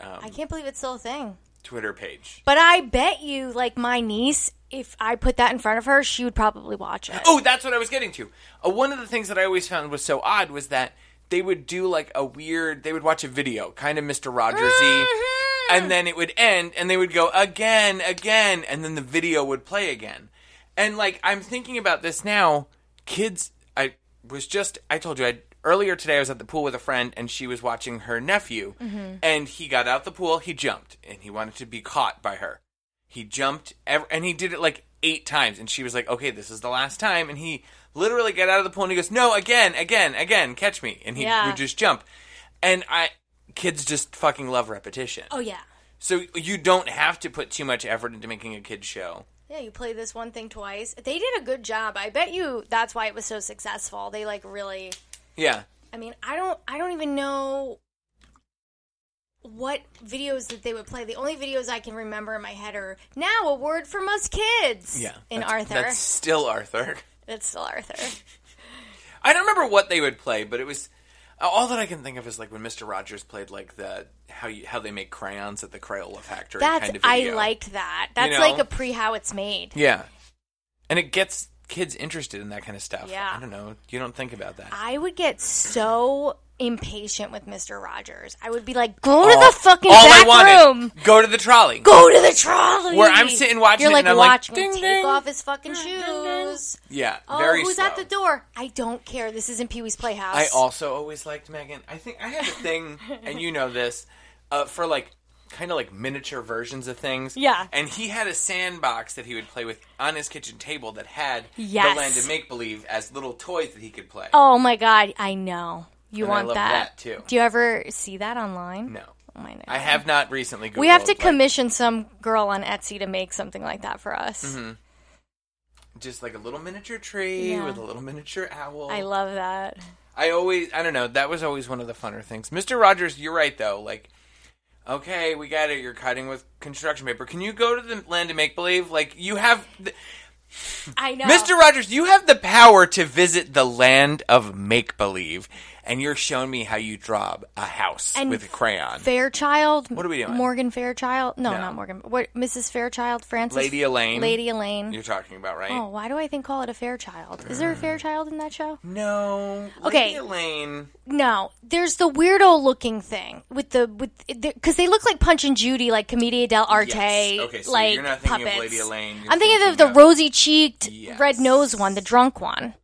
[SPEAKER 1] um,
[SPEAKER 3] I can't believe it's still a thing.
[SPEAKER 1] Twitter page.
[SPEAKER 3] But I bet you, like my niece, if I put that in front of her, she would probably watch it.
[SPEAKER 1] Oh, that's what I was getting to. Uh, one of the things that I always found was so odd was that they would do like a weird. They would watch a video, kind of Mister Rogers y,
[SPEAKER 3] Mm-hmm.
[SPEAKER 1] and then it would end, and they would go again, again, and then the video would play again. And like I'm thinking about this now, kids. I was just. I told you I. Earlier today, I was at the pool with a friend, and she was watching her nephew.
[SPEAKER 3] Mm-hmm.
[SPEAKER 1] And he got out the pool, he jumped, and he wanted to be caught by her he jumped ev- and he did it like eight times and she was like okay this is the last time and he literally got out of the pool and he goes no again again again catch me and he
[SPEAKER 3] Yeah.
[SPEAKER 1] would just jump and i kids just fucking love repetition
[SPEAKER 3] Oh yeah,
[SPEAKER 1] so you don't have to put too much effort into making a kid show
[SPEAKER 3] yeah. You play this one thing twice. They did a good job. I bet you that's why it was so successful. They like really.
[SPEAKER 1] yeah
[SPEAKER 3] I mean, I don't. I don't even know what videos that they would play. The only videos I can remember in my head are now a word from us kids.
[SPEAKER 1] yeah
[SPEAKER 3] in
[SPEAKER 1] That's-
[SPEAKER 3] Arthur.
[SPEAKER 1] that's still arthur
[SPEAKER 3] That's still Arthur.
[SPEAKER 1] I don't remember what they would play, but it was all that I can think of is like when Mister Rogers played like the how you, how they make crayons at the Crayola factory.
[SPEAKER 3] That's
[SPEAKER 1] kind of
[SPEAKER 3] I
[SPEAKER 1] video.
[SPEAKER 3] liked that. That's
[SPEAKER 1] know?
[SPEAKER 3] like a pre how it's made.
[SPEAKER 1] Yeah. And it gets kids interested in that kind of stuff.
[SPEAKER 3] Yeah.
[SPEAKER 1] I don't know. You don't think about that.
[SPEAKER 3] I would get so impatient with Mister Rogers. I would be like, go to the fucking
[SPEAKER 1] Oh, All
[SPEAKER 3] back
[SPEAKER 1] I wanted,
[SPEAKER 3] room.
[SPEAKER 1] go to the trolley.
[SPEAKER 3] Go to the trolley.
[SPEAKER 1] Where I'm sitting watching
[SPEAKER 3] You're
[SPEAKER 1] it
[SPEAKER 3] like
[SPEAKER 1] and I'm like,
[SPEAKER 3] watching him
[SPEAKER 1] ding,
[SPEAKER 3] take
[SPEAKER 1] ding.
[SPEAKER 3] off his fucking shoes.
[SPEAKER 1] Yeah,
[SPEAKER 3] Oh,
[SPEAKER 1] very
[SPEAKER 3] who's
[SPEAKER 1] slow.
[SPEAKER 3] at the door? I don't care. This isn't Pee Wee's Playhouse.
[SPEAKER 1] I also always liked Megan. I think I had a thing, and you know this, uh, for like kind of like miniature versions of things.
[SPEAKER 3] Yeah.
[SPEAKER 1] And he had a sandbox that he would play with on his kitchen table that had
[SPEAKER 3] Yes.
[SPEAKER 1] the land of make believe as little toys that he could play.
[SPEAKER 3] Oh my god, I know. You
[SPEAKER 1] And I
[SPEAKER 3] want
[SPEAKER 1] love that, too.
[SPEAKER 3] Do you ever see that online?
[SPEAKER 1] No,
[SPEAKER 3] Oh my god.
[SPEAKER 1] I have not recently. Googled,
[SPEAKER 3] we have to
[SPEAKER 1] like,
[SPEAKER 3] commission some girl on Etsy to make something like that for us.
[SPEAKER 1] Mm-hmm. just like a little miniature tree
[SPEAKER 3] Yeah.
[SPEAKER 1] with a little miniature owl.
[SPEAKER 3] I
[SPEAKER 1] *laughs*
[SPEAKER 3] love that.
[SPEAKER 1] I always, I don't know. That was always one of the funner things. Mister Rogers, you're right though. Like, okay, we got it. You're cutting with construction paper. Can you go to the land of make believe? Like, you have, the,
[SPEAKER 3] I know.
[SPEAKER 1] Mister Rogers, you have the power to visit the land of make believe, and you're showing me how you draw a house
[SPEAKER 3] And
[SPEAKER 1] with a crayon.
[SPEAKER 3] Fairchild.
[SPEAKER 1] What are we doing?
[SPEAKER 3] Morgan Fairchild. No,
[SPEAKER 1] No.
[SPEAKER 3] not Morgan. What? Mrs. Fairchild. Francis.
[SPEAKER 1] Lady Elaine.
[SPEAKER 3] Lady Elaine.
[SPEAKER 1] You're talking about right?
[SPEAKER 3] Oh, why do I think call it a Fairchild? Is there a Fairchild in that show?
[SPEAKER 1] No.
[SPEAKER 3] Okay.
[SPEAKER 1] Lady Elaine.
[SPEAKER 3] No, there's the weirdo looking thing with the with because they look like Punch and Judy, like Commedia dell'arte,
[SPEAKER 1] Yes. Okay, so
[SPEAKER 3] like
[SPEAKER 1] you're not thinking of
[SPEAKER 3] puppets.
[SPEAKER 1] Lady Elaine, you're
[SPEAKER 3] I'm thinking of
[SPEAKER 1] thinking
[SPEAKER 3] the
[SPEAKER 1] of-
[SPEAKER 3] rosy cheeked,
[SPEAKER 1] Yes.
[SPEAKER 3] red nosed one, the drunk one,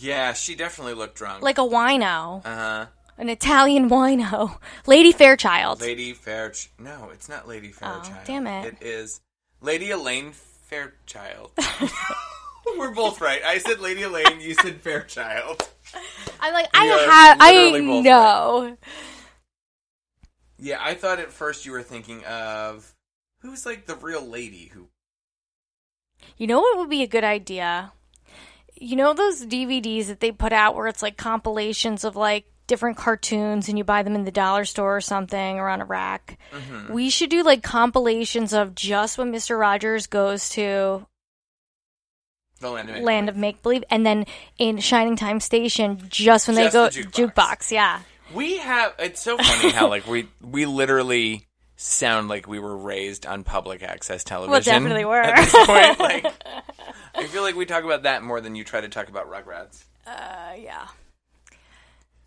[SPEAKER 1] Yeah, she definitely looked drunk.
[SPEAKER 3] like a wino,
[SPEAKER 1] uh huh.
[SPEAKER 3] an Italian wino, Lady Fairchild.
[SPEAKER 1] Lady Fairchild. No, it's not Lady Fairchild.
[SPEAKER 3] damn it.
[SPEAKER 1] It is Lady Elaine
[SPEAKER 3] *laughs*
[SPEAKER 1] Fairchild. We're both right. I said Lady Elaine, you said Fairchild.
[SPEAKER 3] I'm like,
[SPEAKER 1] We are
[SPEAKER 3] I have, I
[SPEAKER 1] literally both
[SPEAKER 3] know.
[SPEAKER 1] Yeah, I thought at first you were thinking of who's like the real lady who
[SPEAKER 3] You know what would be a good idea? You know those DVDs that they put out where it's like compilations of like different cartoons and you buy them in the dollar store or something or on a rack?
[SPEAKER 1] Mm-hmm.
[SPEAKER 3] We should do like compilations of just when Mr. Rogers goes to
[SPEAKER 1] the land of
[SPEAKER 3] Land of Make Believe and then in Shining Time Station just when
[SPEAKER 1] Just
[SPEAKER 3] they go
[SPEAKER 1] the jukebox.
[SPEAKER 3] yeah.
[SPEAKER 1] We have it's so funny how like we we literally sound like we were raised on public access television.
[SPEAKER 3] definitely were.
[SPEAKER 1] At this point, like
[SPEAKER 3] *laughs*
[SPEAKER 1] I feel like we talk about that more than you try to talk about Rugrats.
[SPEAKER 3] Uh, yeah.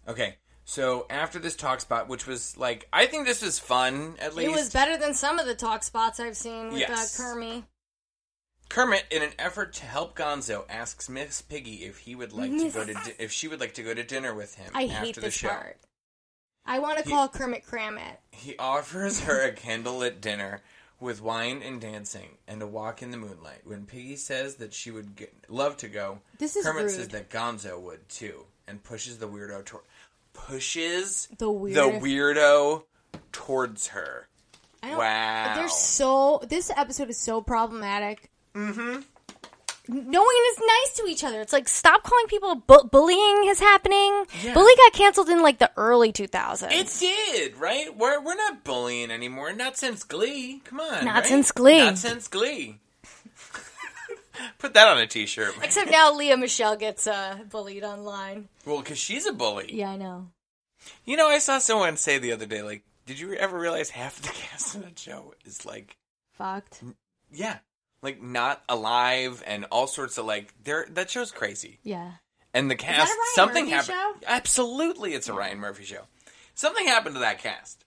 [SPEAKER 1] Okay. So after this talk spot, which was like, I think this was fun at least.
[SPEAKER 3] It was better than some of the talk spots I've seen with
[SPEAKER 1] Yes.
[SPEAKER 3] uh, Kermie.
[SPEAKER 1] Kermit, in an effort to help Gonzo, asks Miss Piggy if he would like to go to di- if she would like to go to dinner with him
[SPEAKER 3] I
[SPEAKER 1] after
[SPEAKER 3] hate
[SPEAKER 1] the
[SPEAKER 3] this
[SPEAKER 1] show.
[SPEAKER 3] part. I want to call Kermit Kramit.
[SPEAKER 1] He offers her a candlelit dinner with wine and dancing and a walk in the moonlight. When Piggy says that she would get, love to go,
[SPEAKER 3] This is
[SPEAKER 1] Kermit
[SPEAKER 3] rude.
[SPEAKER 1] says that Gonzo would too and pushes the weirdo toward. pushes
[SPEAKER 4] The weird-
[SPEAKER 1] weirdo towards her.
[SPEAKER 4] I don't-
[SPEAKER 1] Wow.
[SPEAKER 4] They're so. This episode is so problematic. Mm-hmm. No one is nice to each other. It's
[SPEAKER 3] It's like stop calling people bu- bullying is happening.
[SPEAKER 1] Yeah.
[SPEAKER 3] Bully got canceled in like the early 2000s.
[SPEAKER 1] It did, right? We're we're not bullying anymore. Not since Glee. Come on.
[SPEAKER 3] Not
[SPEAKER 1] right?
[SPEAKER 3] since Glee.
[SPEAKER 1] Not since Glee. *laughs* Put that on a t-shirt.
[SPEAKER 3] Except now Leah Michelle gets uh, bullied online.
[SPEAKER 1] Well, because she's a bully.
[SPEAKER 4] yeah, I know.
[SPEAKER 1] You know, I saw someone say the other day, like, did you ever realize half the *laughs* cast of that show is like,
[SPEAKER 4] Fucked.
[SPEAKER 1] yeah, like not alive and all sorts of like, they're that show's crazy.
[SPEAKER 4] Yeah.
[SPEAKER 1] And the cast,
[SPEAKER 4] a Ryan
[SPEAKER 1] something
[SPEAKER 4] Murphy
[SPEAKER 1] happened. Absolutely, it's a Ryan Murphy show. Something happened to that cast.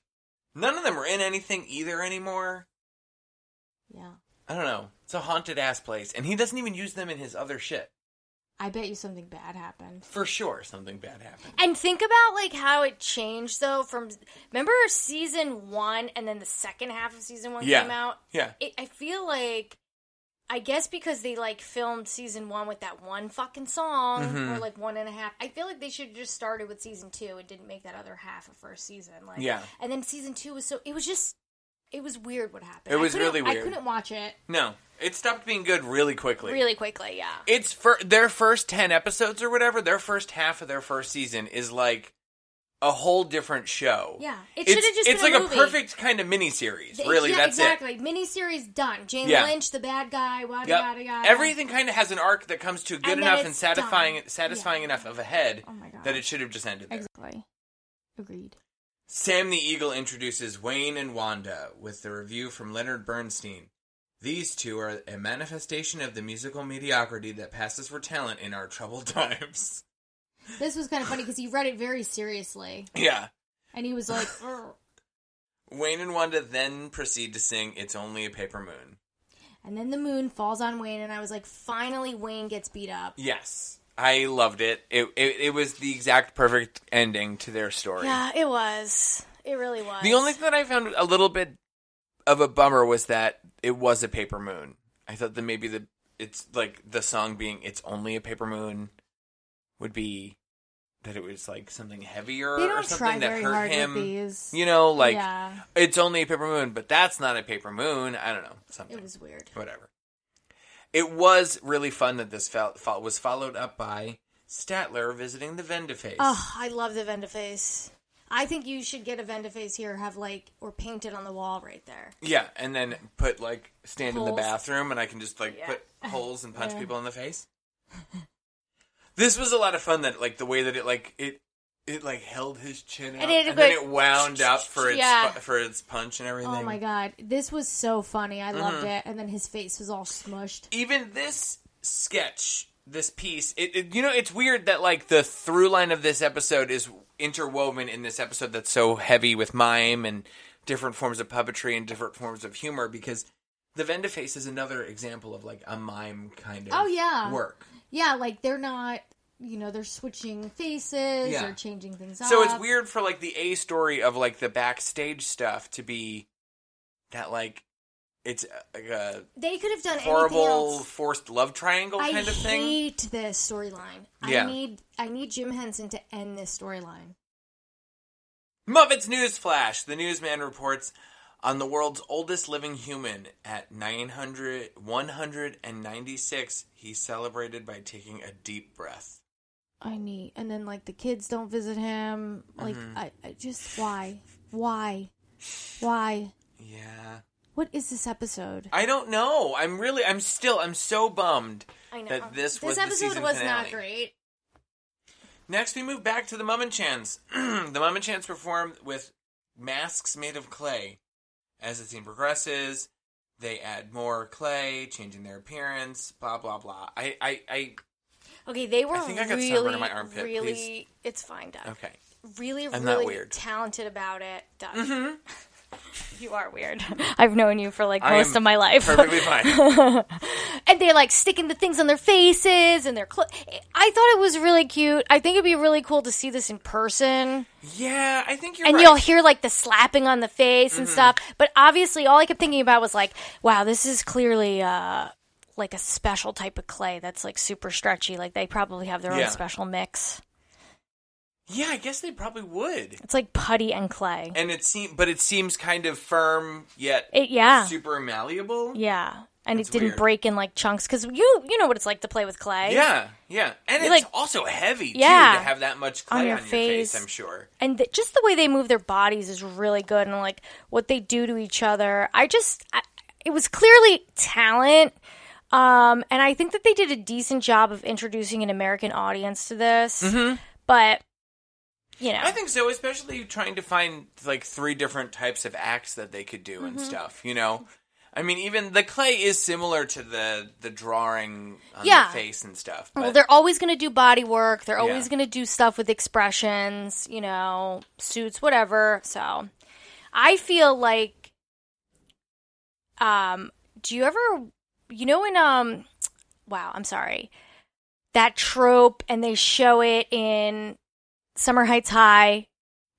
[SPEAKER 1] None of them are in anything either anymore.
[SPEAKER 4] Yeah.
[SPEAKER 1] I don't know. It's a haunted ass place, and he doesn't even use them in his other shit.
[SPEAKER 4] I bet you something bad happened.
[SPEAKER 1] For sure, something bad happened.
[SPEAKER 3] And think about like how it changed though from remember season one and then the second half of season one
[SPEAKER 1] yeah.
[SPEAKER 3] came out.
[SPEAKER 1] Yeah.
[SPEAKER 3] It, I feel like I guess because they like filmed season one with that one fucking song
[SPEAKER 1] Mm-hmm.
[SPEAKER 3] or like one and a half. I feel like they should have just started with season two and didn't make that other half of first season. Like
[SPEAKER 1] Yeah.
[SPEAKER 3] and then season two was so it was just it was weird what happened.
[SPEAKER 1] It
[SPEAKER 3] I
[SPEAKER 1] was
[SPEAKER 3] couldn't-
[SPEAKER 1] really
[SPEAKER 4] I
[SPEAKER 1] weird.
[SPEAKER 4] couldn't watch it.
[SPEAKER 1] No, it stopped being good really quickly.
[SPEAKER 3] really quickly, yeah.
[SPEAKER 1] it's for their first 10 episodes or whatever their first half of their first season is like a whole different show
[SPEAKER 3] Yeah. It
[SPEAKER 1] it's,
[SPEAKER 3] should've just
[SPEAKER 1] it's
[SPEAKER 3] been a
[SPEAKER 1] like
[SPEAKER 3] movie.
[SPEAKER 1] a perfect kind of mini series really
[SPEAKER 4] yeah,
[SPEAKER 1] that's
[SPEAKER 4] exactly. Miniseries done. Jane
[SPEAKER 1] Yeah.
[SPEAKER 4] Lynch, the bad guy.
[SPEAKER 1] it
[SPEAKER 4] Wada
[SPEAKER 1] yep.
[SPEAKER 4] yada yada.
[SPEAKER 1] everything kind of has an arc that comes to good
[SPEAKER 4] And then
[SPEAKER 1] enough
[SPEAKER 4] it's
[SPEAKER 1] and satisfying
[SPEAKER 4] done.
[SPEAKER 1] satisfying
[SPEAKER 4] Yeah.
[SPEAKER 1] enough of a head
[SPEAKER 4] Oh my God.
[SPEAKER 1] that it should have just ended there.
[SPEAKER 4] Exactly. Agreed.
[SPEAKER 1] Sam the Eagle introduces Wayne and Wanda with the review from Leonard Bernstein. These two are a manifestation of the musical mediocrity that passes for talent in our troubled *laughs* times.
[SPEAKER 4] This was kind of funny because he read it very seriously,
[SPEAKER 1] Yeah.
[SPEAKER 4] and he was *sighs* like, "Ugh."
[SPEAKER 1] Wayne and Wanda then proceed to sing It's Only a Paper Moon.
[SPEAKER 4] and then the moon falls on Wayne, and I was like, finally Wayne gets beat up.
[SPEAKER 1] Yes. I loved it. It, it, it was the exact perfect ending to their story.
[SPEAKER 3] Yeah, it was. It really was.
[SPEAKER 1] The only thing that I found a little bit of a bummer was that it was a paper moon. I thought that maybe the it's like the song being It's Only a Paper Moon would be that it was like something heavier
[SPEAKER 4] They
[SPEAKER 1] or
[SPEAKER 4] don't
[SPEAKER 1] something
[SPEAKER 4] try
[SPEAKER 1] that
[SPEAKER 4] very
[SPEAKER 1] hurt
[SPEAKER 4] hard
[SPEAKER 1] him.
[SPEAKER 4] with these.
[SPEAKER 1] You know, like
[SPEAKER 4] yeah,
[SPEAKER 1] it's only a paper moon, but that's not a paper moon. I don't know. Something.
[SPEAKER 4] it was weird.
[SPEAKER 1] whatever. It was really fun that this felt, fo- was followed up by Statler visiting the Vendaface.
[SPEAKER 3] Oh,
[SPEAKER 4] I love the Venda face. I think you should get a Venda face here, have like, or paint it on the wall right there.
[SPEAKER 1] Yeah, and then put like stand in the
[SPEAKER 4] Holes.
[SPEAKER 1] bathroom, and I can just like
[SPEAKER 3] Yeah.
[SPEAKER 1] put holes and punch
[SPEAKER 4] Yeah.
[SPEAKER 1] people in the face. *laughs* this was a lot of fun. That like the way that it like it it like held his chin up,
[SPEAKER 3] And
[SPEAKER 1] and,
[SPEAKER 3] it
[SPEAKER 1] then
[SPEAKER 3] went-
[SPEAKER 1] it wound up for its
[SPEAKER 3] Yeah.
[SPEAKER 1] fu- for its punch and Mm-hmm. everything.
[SPEAKER 4] Oh my god, this was so funny. I loved it. And then his face was all smushed.
[SPEAKER 1] even this sketch this piece it, it- you know it's weird that like the through line of this episode is interwoven in this episode that's so heavy with mime and different forms of puppetry and different forms of humor because the Venda face is another example of like a mime kind of
[SPEAKER 4] Oh, yeah.
[SPEAKER 1] work
[SPEAKER 4] Yeah, like they're not, you know, they're switching faces
[SPEAKER 1] Yeah.
[SPEAKER 4] or changing things up.
[SPEAKER 1] so it's weird for like the a story of like the backstage stuff to be that like it's uh, like a
[SPEAKER 4] They could have done anything
[SPEAKER 1] horrible
[SPEAKER 4] else.
[SPEAKER 1] forced love triangle
[SPEAKER 4] I
[SPEAKER 1] kind of thing
[SPEAKER 4] hate this storyline.
[SPEAKER 1] Yeah.
[SPEAKER 4] I need I need Jim Henson to end this storyline.
[SPEAKER 1] Muppets News Flash. The newsman reports on the world's oldest living human at 900, 196. He celebrated by taking a deep breath.
[SPEAKER 4] I need, and then like the kids don't visit him. Like
[SPEAKER 1] Mm-hmm.
[SPEAKER 4] I, I just why, why, why?
[SPEAKER 1] Yeah.
[SPEAKER 4] What is this episode?
[SPEAKER 1] I don't know. I'm really, I'm still, I'm so bummed that this, was
[SPEAKER 3] this
[SPEAKER 1] the
[SPEAKER 3] episode
[SPEAKER 1] season
[SPEAKER 3] was
[SPEAKER 1] finale.
[SPEAKER 3] not great.
[SPEAKER 1] Next, we move back to the Mum and Chans. *clears throat* the Mum and Chans perform with masks made of clay. As the scene progresses, they add more clay, changing their appearance, blah, blah, blah. I, I, I,
[SPEAKER 3] Okay, they were
[SPEAKER 1] I think I got sunburn
[SPEAKER 3] really,
[SPEAKER 1] in my armpit,
[SPEAKER 3] really.
[SPEAKER 1] please.
[SPEAKER 3] It's fine, Doc.
[SPEAKER 1] okay.
[SPEAKER 3] Really,
[SPEAKER 1] I'm not
[SPEAKER 3] really
[SPEAKER 1] weird. Mm-hmm.
[SPEAKER 3] talented about it, Doc. *laughs* you are weird. I've known you for like most
[SPEAKER 1] am
[SPEAKER 3] of my life, *laughs*
[SPEAKER 1] Perfectly fine.
[SPEAKER 3] and they're like sticking the things on their faces and their clothes. I thought it was really cute. I think it'd be really cool to see this in person.
[SPEAKER 1] Yeah, I think you're
[SPEAKER 3] and
[SPEAKER 1] right. Mm-hmm.
[SPEAKER 3] you'll hear like the slapping on the face and stuff. But obviously, all I kept thinking about was like, wow, this is clearly uh, like a special type of clay that's like super stretchy. Like they probably have their
[SPEAKER 1] Yeah.
[SPEAKER 3] own special mix.
[SPEAKER 1] Yeah, I guess they probably would.
[SPEAKER 3] It's like putty and clay.
[SPEAKER 1] And it seem, but it seems kind of firm yet
[SPEAKER 3] It yeah.
[SPEAKER 1] super malleable.
[SPEAKER 3] Yeah. And
[SPEAKER 1] That's
[SPEAKER 3] it didn't
[SPEAKER 1] weird.
[SPEAKER 3] break in like chunks cuz you you know what it's like to play with clay.
[SPEAKER 1] Yeah, yeah, and it's
[SPEAKER 3] You're like-
[SPEAKER 1] also heavy too
[SPEAKER 3] Yeah.
[SPEAKER 1] to have that much clay on your, face. I'm sure.
[SPEAKER 3] And th- just the way they move their bodies is really good and like what they do to each other. I just I, it was clearly talent. Um and I think that they did a decent job of introducing an American audience to this. But you know,
[SPEAKER 1] I think so, especially trying to find like three different types of acts that they could do
[SPEAKER 3] Mm-hmm.
[SPEAKER 1] and stuff. You know, I mean, even the clay is similar to the the drawing on
[SPEAKER 3] Yeah.
[SPEAKER 1] the face and stuff.
[SPEAKER 3] well,
[SPEAKER 1] but-
[SPEAKER 3] they're always going to do body work. They're always
[SPEAKER 1] Yeah.
[SPEAKER 3] going to do stuff with expressions, you know, suits, whatever. So, I feel like, um, do you ever, you know, in um, wow, I'm sorry, that trope, and they show it in Summer Heights High.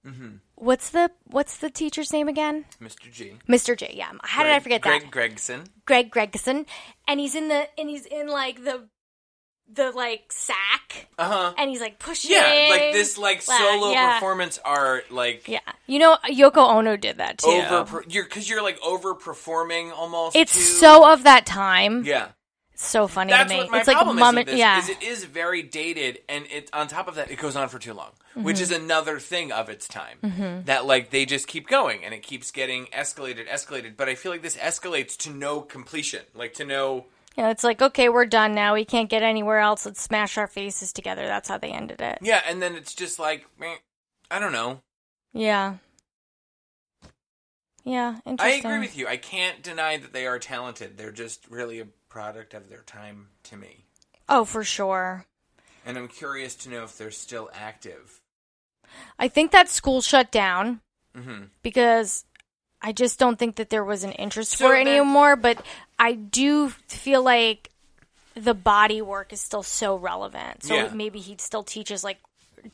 [SPEAKER 1] Mhm.
[SPEAKER 3] What's the what's the teacher's name again?
[SPEAKER 1] Mr. G.
[SPEAKER 3] Mr. J. Yeah, how did I
[SPEAKER 1] Greg-
[SPEAKER 3] forget that?
[SPEAKER 1] Greg Gregson.
[SPEAKER 3] Greg Gregson, and he's in the and he's in like the the like sack,
[SPEAKER 1] Uh huh.
[SPEAKER 3] and he's like pushing.
[SPEAKER 1] Yeah, like this like
[SPEAKER 3] Wow,
[SPEAKER 1] solo
[SPEAKER 3] yeah.
[SPEAKER 1] performance art like
[SPEAKER 3] Yeah, you know Yoko Ono did that too.
[SPEAKER 1] over you're cuz you're like over performing almost
[SPEAKER 3] it's
[SPEAKER 1] to-
[SPEAKER 3] so of that time.
[SPEAKER 1] Yeah.
[SPEAKER 3] It's so funny
[SPEAKER 1] That's
[SPEAKER 3] to me.
[SPEAKER 1] what my
[SPEAKER 3] it's like
[SPEAKER 1] problem
[SPEAKER 3] mom
[SPEAKER 1] is with
[SPEAKER 3] and-
[SPEAKER 1] this
[SPEAKER 3] yeah.
[SPEAKER 1] is it is very dated and it on top of that it goes on for too long, which
[SPEAKER 3] Mm-hmm.
[SPEAKER 1] is another thing of its time. That like they just keep going and it keeps getting escalated escalated, but I feel like this escalates to no completion, like to no
[SPEAKER 3] You know, it's like okay, we're done now. We can't get anywhere else. Let's smash our faces together. That's how they ended it.
[SPEAKER 1] Yeah, and then it's just like meh, I don't know.
[SPEAKER 3] Yeah. Yeah,
[SPEAKER 1] I
[SPEAKER 3] interesting.
[SPEAKER 1] agree with you. I can't deny that they are talented. They're just really a product of their time to me.
[SPEAKER 3] Oh, for sure.
[SPEAKER 1] And I'm curious to know if they're still active.
[SPEAKER 3] I think that school shut down.
[SPEAKER 1] hmm
[SPEAKER 3] because I just don't think that there was an interest
[SPEAKER 1] So
[SPEAKER 3] for it
[SPEAKER 1] then-
[SPEAKER 3] anymore. But I do feel like the body work is still so relevant. So
[SPEAKER 1] Yeah.
[SPEAKER 3] maybe he still teaches like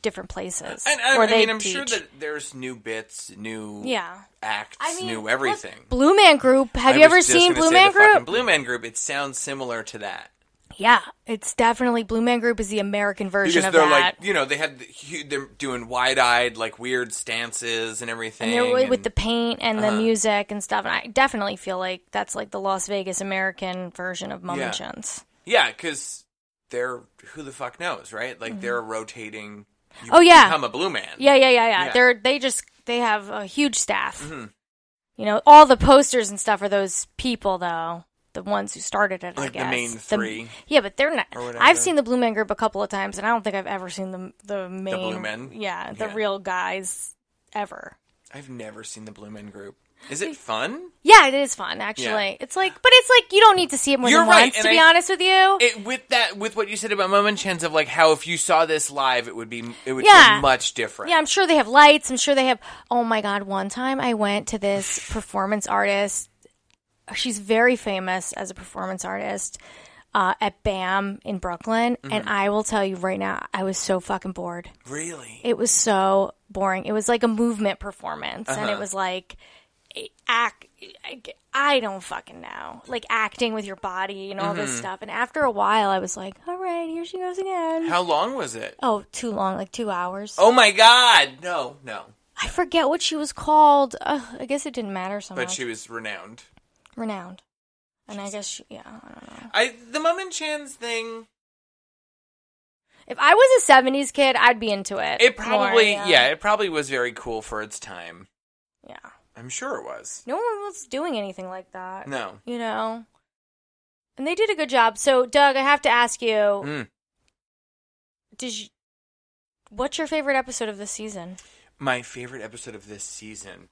[SPEAKER 3] different places,
[SPEAKER 1] And I,
[SPEAKER 3] or
[SPEAKER 1] I
[SPEAKER 3] they
[SPEAKER 1] mean, I'm
[SPEAKER 3] teach.
[SPEAKER 1] sure that there's new bits, new
[SPEAKER 3] yeah.
[SPEAKER 1] acts,
[SPEAKER 3] I mean,
[SPEAKER 1] new
[SPEAKER 3] look,
[SPEAKER 1] everything.
[SPEAKER 3] Blue Man Group. Have
[SPEAKER 1] I
[SPEAKER 3] you ever
[SPEAKER 1] was just
[SPEAKER 3] seen
[SPEAKER 1] gonna
[SPEAKER 3] Blue
[SPEAKER 1] say
[SPEAKER 3] Man
[SPEAKER 1] the fucking
[SPEAKER 3] Group?
[SPEAKER 1] Blue Man Group. It sounds similar to that
[SPEAKER 3] yeah, it's definitely Blue Man Group is the American version
[SPEAKER 1] because
[SPEAKER 3] of
[SPEAKER 1] they're
[SPEAKER 3] that.
[SPEAKER 1] like, you know, they had the, hu- they're doing wide-eyed, like weird stances and everything.
[SPEAKER 3] and they're really with the
[SPEAKER 1] and-
[SPEAKER 3] paint and
[SPEAKER 1] Uh-huh.
[SPEAKER 3] the music and stuff. And I definitely feel like that's like the Las Vegas American version of Mum
[SPEAKER 1] Yeah.
[SPEAKER 3] and Shins.
[SPEAKER 1] yeah, because they're who the fuck knows, right? Like they're rotating. You
[SPEAKER 3] Mm-hmm. Oh, yeah.
[SPEAKER 1] become a Blue Man.
[SPEAKER 3] Yeah, yeah, yeah, yeah.
[SPEAKER 1] Yeah. Mm-hmm.
[SPEAKER 3] They're they just they have a huge staff. You know, all the posters and stuff are those people though. The ones who started it, I
[SPEAKER 1] Like the
[SPEAKER 3] guess.
[SPEAKER 1] main three.
[SPEAKER 3] yeah, but they're not.
[SPEAKER 1] Or whatever.
[SPEAKER 3] I've seen the Blue Man Group a couple of times, and I don't think I've ever seen the the main.
[SPEAKER 1] Blue Men?
[SPEAKER 3] Yeah, the
[SPEAKER 1] Yeah.
[SPEAKER 3] real guys ever.
[SPEAKER 1] I've never seen the Blue Man Group. Is it fun?
[SPEAKER 3] Yeah, it is fun actually. It's like, but it's like you don't need to see it more
[SPEAKER 1] You're
[SPEAKER 3] than
[SPEAKER 1] right,
[SPEAKER 3] once.
[SPEAKER 1] and
[SPEAKER 3] To be
[SPEAKER 1] I-
[SPEAKER 3] honest with you,
[SPEAKER 1] it with that with what you said about Mom and Chance of like how if you saw this live it would be it would
[SPEAKER 3] Yeah.
[SPEAKER 1] feel much different.
[SPEAKER 3] Yeah, I'm sure they have lights. I'm sure they have. Oh my God. One time I went to this performance artist. She's very famous as a performance artist uh, at BAM in Brooklyn.
[SPEAKER 1] Mm-hmm.
[SPEAKER 3] And I will tell you right now, I was so fucking bored.
[SPEAKER 1] really.
[SPEAKER 3] It was so boring. It was like a movement performance. And it
[SPEAKER 1] Uh-huh.
[SPEAKER 3] was like, eh, act. I don't fucking know. Like acting with your body and all
[SPEAKER 1] Mm-hmm.
[SPEAKER 3] this stuff. And after a while, I was like, all right, here she goes again.
[SPEAKER 1] how long was it?
[SPEAKER 3] oh, too long. Like two hours.
[SPEAKER 1] Oh my god. No, no.
[SPEAKER 3] I forget what she was called. Uh, I guess it didn't matter so
[SPEAKER 1] But
[SPEAKER 3] much.
[SPEAKER 1] she was renowned.
[SPEAKER 3] Renowned. And I guess, she, yeah, I don't know.
[SPEAKER 1] I the Mom and Chance thing
[SPEAKER 3] If I was a 70s kid, I'd be into it.
[SPEAKER 1] it
[SPEAKER 3] more,
[SPEAKER 1] probably yeah, it probably was very cool for its time.
[SPEAKER 3] Yeah.
[SPEAKER 1] I'm sure it was.
[SPEAKER 3] No one was doing anything like that.
[SPEAKER 1] No.
[SPEAKER 3] You know? And they did a good job. So, Doug, I have to ask you,
[SPEAKER 1] Mm.
[SPEAKER 3] did you, what's your favorite episode of this season?
[SPEAKER 1] My favorite episode of this season.